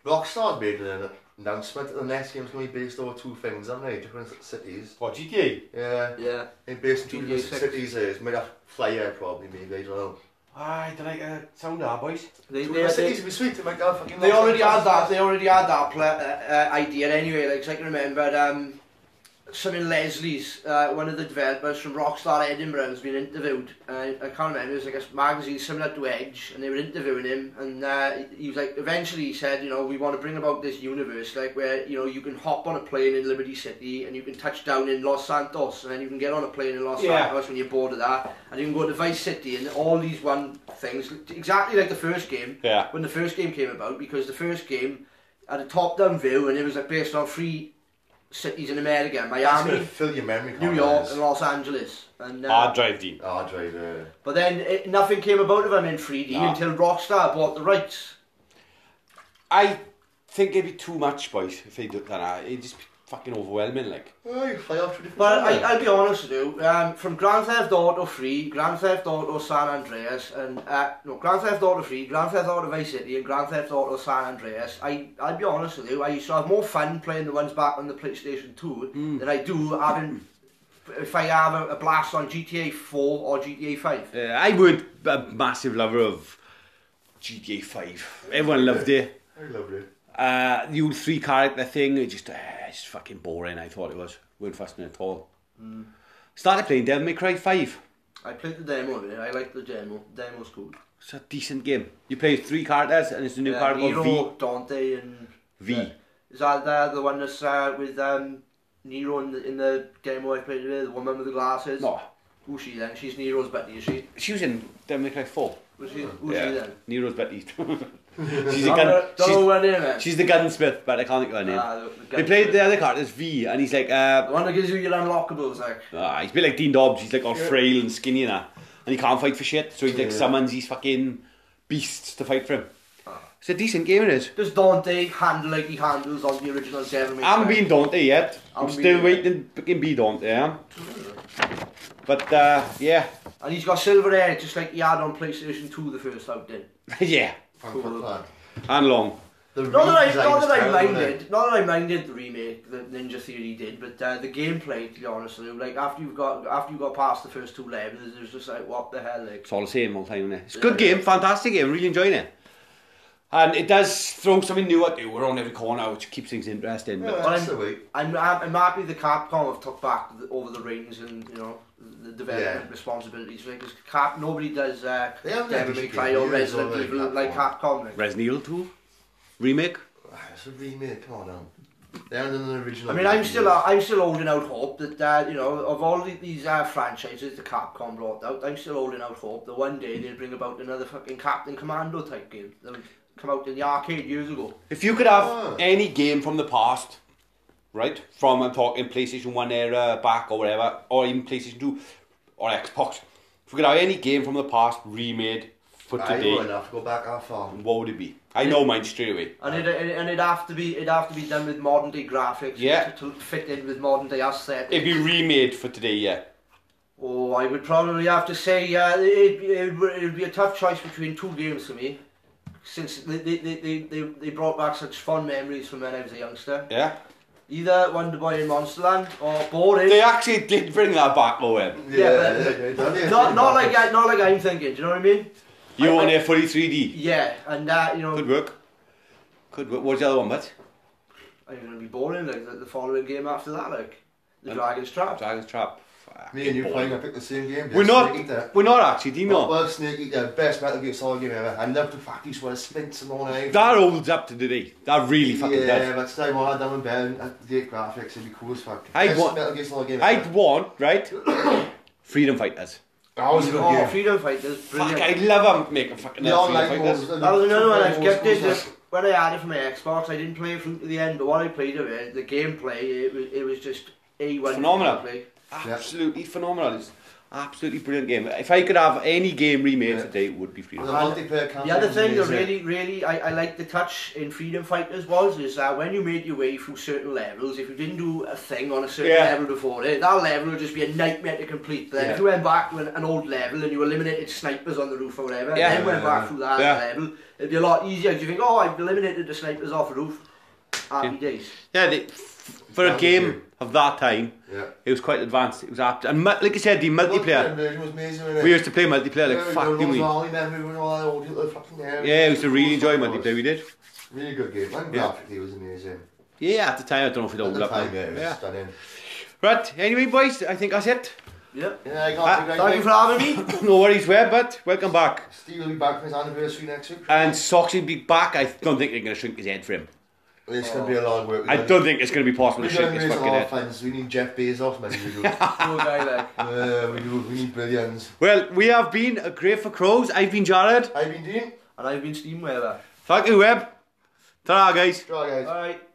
Rockstar's made an announcement that the next game's going to be based over two things, aren't they? Different cities.
What, GTA?
Yeah.
Yeah.
They're based in two
GTA
different
six.
cities. eh, It's made a flyer, probably, maybe. I don't know.
Aye, do like uh, sound hard, boys?
They,
Two
they,
different
they,
cities would be sweet. They might have fucking.
they already had that. They already had that pla uh, uh, idea anyway. Like, 'cause I can remember um, some in Leslie's, uh, one of the developers from Rockstar Edinburgh has been interviewed. Uh, I can't remember. It was like a magazine similar to Edge, and they were interviewing him. And uh, he was like, eventually, he said, you know, we want to bring about this universe, like where you know you can hop on a plane in Liberty City and you can touch down in Los Santos, and then you can get on a plane in Los
Yeah.
Santos when you're bored of that, and you can go to Vice City and all these one things, exactly like the first game
Yeah.
when the first game came about because the first game had a top-down view and it was like based on three cities in America:
That's going to
Miami,
fill your memory.
New
card,
York,
guys.
and Los Angeles. And uh,
Oh, Hard drive deep.
Hard drive. Yeah.
but then it, nothing came about of them in 3D
Nah.
until Rockstar bought the rights.
I think it'd be too much, boys, if they did that. It'd just be fucking overwhelming, like.
Oh, you fly off to a different.
But I,
planet.
I'll be honest with you, um, from Grand Theft Auto 3, Grand Theft Auto San Andreas, and uh, no, Grand Theft Auto 3, Grand Theft Auto Vice City, and Grand Theft Auto San Andreas, I, I'll be honest with you, I used to have more fun playing the ones back on the PlayStation 2 than I do having, if I have a, a blast on GTA 4 or GTA 5.
Uh, I weren't a massive lover of GTA 5. Everyone loved it.
I loved it.
Uh, the old three character thing, it just, uh, it's fucking boring, I thought it was. weren't fascinating at all.
Hmm.
Started playing Devil May Cry 5.
I played the demo, of it, I liked the demo, the demo's cool.
It's a decent game. You play as three characters and it's a new
Yeah,
character
Nero,
called
Dante, and...
V. V.
Is that the, the one that's uh, with um, Nero in the, in the demo I played with, the woman with the glasses?
No,
Who's she then? She's Nero's Betty, is she?
she was in Devil May Cry 4.
Who's she, who's she then?
Nero's Betty. she's, a
I
gun,
don't- don't know
she's,
her name, man.
she's the gunsmith, but I can't think of her name.
Ah, the- the
they
gun-
played the other character as V, and he's like, uh,
The one that gives you your unlockables, like.
Ah, he's a bit like Dean Dobbs. He's like all frail and skinny and that, and he can't fight for shit. So he like
Yeah.
summons these fucking beasts to fight for him. It's a decent game, it is.
Does Dante handle like he handles on the original Devil May
I haven't
Cry?
been Dante yet. I'm,
I'm
still
being-
waiting to fucking be Dante. Yeah. But uh, yeah,
And he's got silver hair, just like he had on PlayStation 2 the first out then.
yeah,
Thank
Cool.
for that.
and long.
The
Not that, I,
redesign
not
was
that I
terrible,
minded, not that I minded the remake that Ninja Theory did, but uh, the gameplay, to be honest with you, like after you've got after you got past the first two levels, it was just like what the hell, like.
It's all the same all the time. Innit? It's a good game, fantastic game. Really enjoying it. And it does throw something new at you around every corner, which keeps things interesting.
Yeah,
But
that's the way.
I'm, I'm, I'm happy the Capcom have took back the, over the reins and you know the development
Yeah.
responsibilities because Cap nobody does uh,
They haven't
Devil
done
May
GTA
Cry or
years,
Resident
have they,
Evil like Capcom. Like.
Resident Evil 2 remake.
Ah, It's a remake. Come on, now. They haven't done an original.
I mean, I'm
remake.
still uh, I'm still holding out hope that uh, you know of all the, these uh, franchises the Capcom brought out, I'm still holding out hope that one day they'll bring about another fucking Captain Commando type game that would come out in the arcade years ago.
If you could have
Ah.
any game from the past, right, from I'm talking PlayStation 1 era back or whatever, or even PlayStation 2 or Xbox, if we could have any game from the past remade But
I
today,
wouldn't have to go back that far.
what would it be? I know mine straight away.
And it and it'd have to be it'd have to be done with modern day graphics
Yeah.
to, to fit in with modern day aesthetics.
It'd be remade for today, yeah.
Oh, I would probably have to say uh, it, it, it would be a tough choice between two games for me, since they they, they, they, they they brought back such fond memories from when I was a youngster.
Yeah.
Either Wonder Boy and Monsterland or Boring.
They actually did bring that back, eh. Owen.
Yeah, but-
yeah, yeah.
not not like I, not like I'm thinking. Do you know what I mean?
You
I-
on
I-
there fully 3D.
Yeah, and that you know
E Could work. Could work. What's the other one, but?
I'm gonna be boring like the, the following game after that like the
Um,
Dragon's Trap.
Dragon's Trap. Fuck,
Me and you
boy.
playing, I picked the same game.
We're not.
Snake Eater.
We're not actually, do you
Well,
know?
well, Snake Eater, best Metal Gear Solid game ever. I love the fact he's wearing splints and all that.
That holds up to today. That really fucking
yeah,
does.
but still, I had them in bed and update uh, graphics, it'd be cool as fuck.
I'd
Best
want-
Metal Gear Solid game
I'd
ever.
want, right? Freedom Fighters.
That was a good
oh,
game.
Freedom Fighters, brilliant.
Fuck, I love them making fucking
The online
Freedom
modes.
Fighters.
That was another one I skeptic. Just when I had it for my Xbox, I didn't play it through to the end. But what I played of it, the gameplay, it was it was just a one
Phenomenal.
Gameplay.
Absolutely phenomenal. It's absolutely brilliant game. If I could have any game remade
Yeah.
today, it would be
The
Freedom.
multiplayer campaign
The other
was
thing that
amazing.
really, really, I, I liked the touch in Freedom Fighters was is that when you made your way through certain levels, if you didn't do a thing on a certain
Yeah.
level before it, that level would just be a nightmare to complete. Then
Yeah.
if you went back to an, an old level and you eliminated snipers on the roof or whatever,
Yeah.
and then went back through that
Yeah.
level, it'd be a lot easier. 'cause You think, oh, I've eliminated the snipers off the roof. Happy days.
Yeah, they, f- for a
That was
game
good.
of that time,
Yeah.
it was quite advanced. It was apt. And mu- like I said, the multiplayer.
version was amazing, wasn't it?
We used to play multiplayer like
Yeah,
fuck,
Rose
didn't we?
Valley, then we were all out all the fucking air.
Yeah, we used to really enjoy
Fucking
multiplayer. We did.
was. Really good game. And
Yeah.
graphically, it was amazing.
Yeah, at the time I don't know if it
At
all
the
up. now.
time, yeah, it was
Yeah.
stunning.
Right. Anyway, boys, I think that's it.
Yeah.
Yeah,
Ah,
I can't think of
Thank you for
anything.
having me.
no worries, Web, but welcome back.
Steve will be back for his anniversary next week.
And Soxy will be back. I don't think they're going to shrink his head for him.
It's going to be a lot of work.
I don't think it's going to be possible
We're
to
going
shrink
to
his
raise a
fucking
lot of
head.
funds. We need Jeff Bezos money. We do.
Poor guy, like.
uh, we do. We need billions.
Well, we have been a great for crows. I've been Jared.
I've been doing.
And I've been Steamweller.
Thank you, Web. Ta guys.
Try guys.
Alright.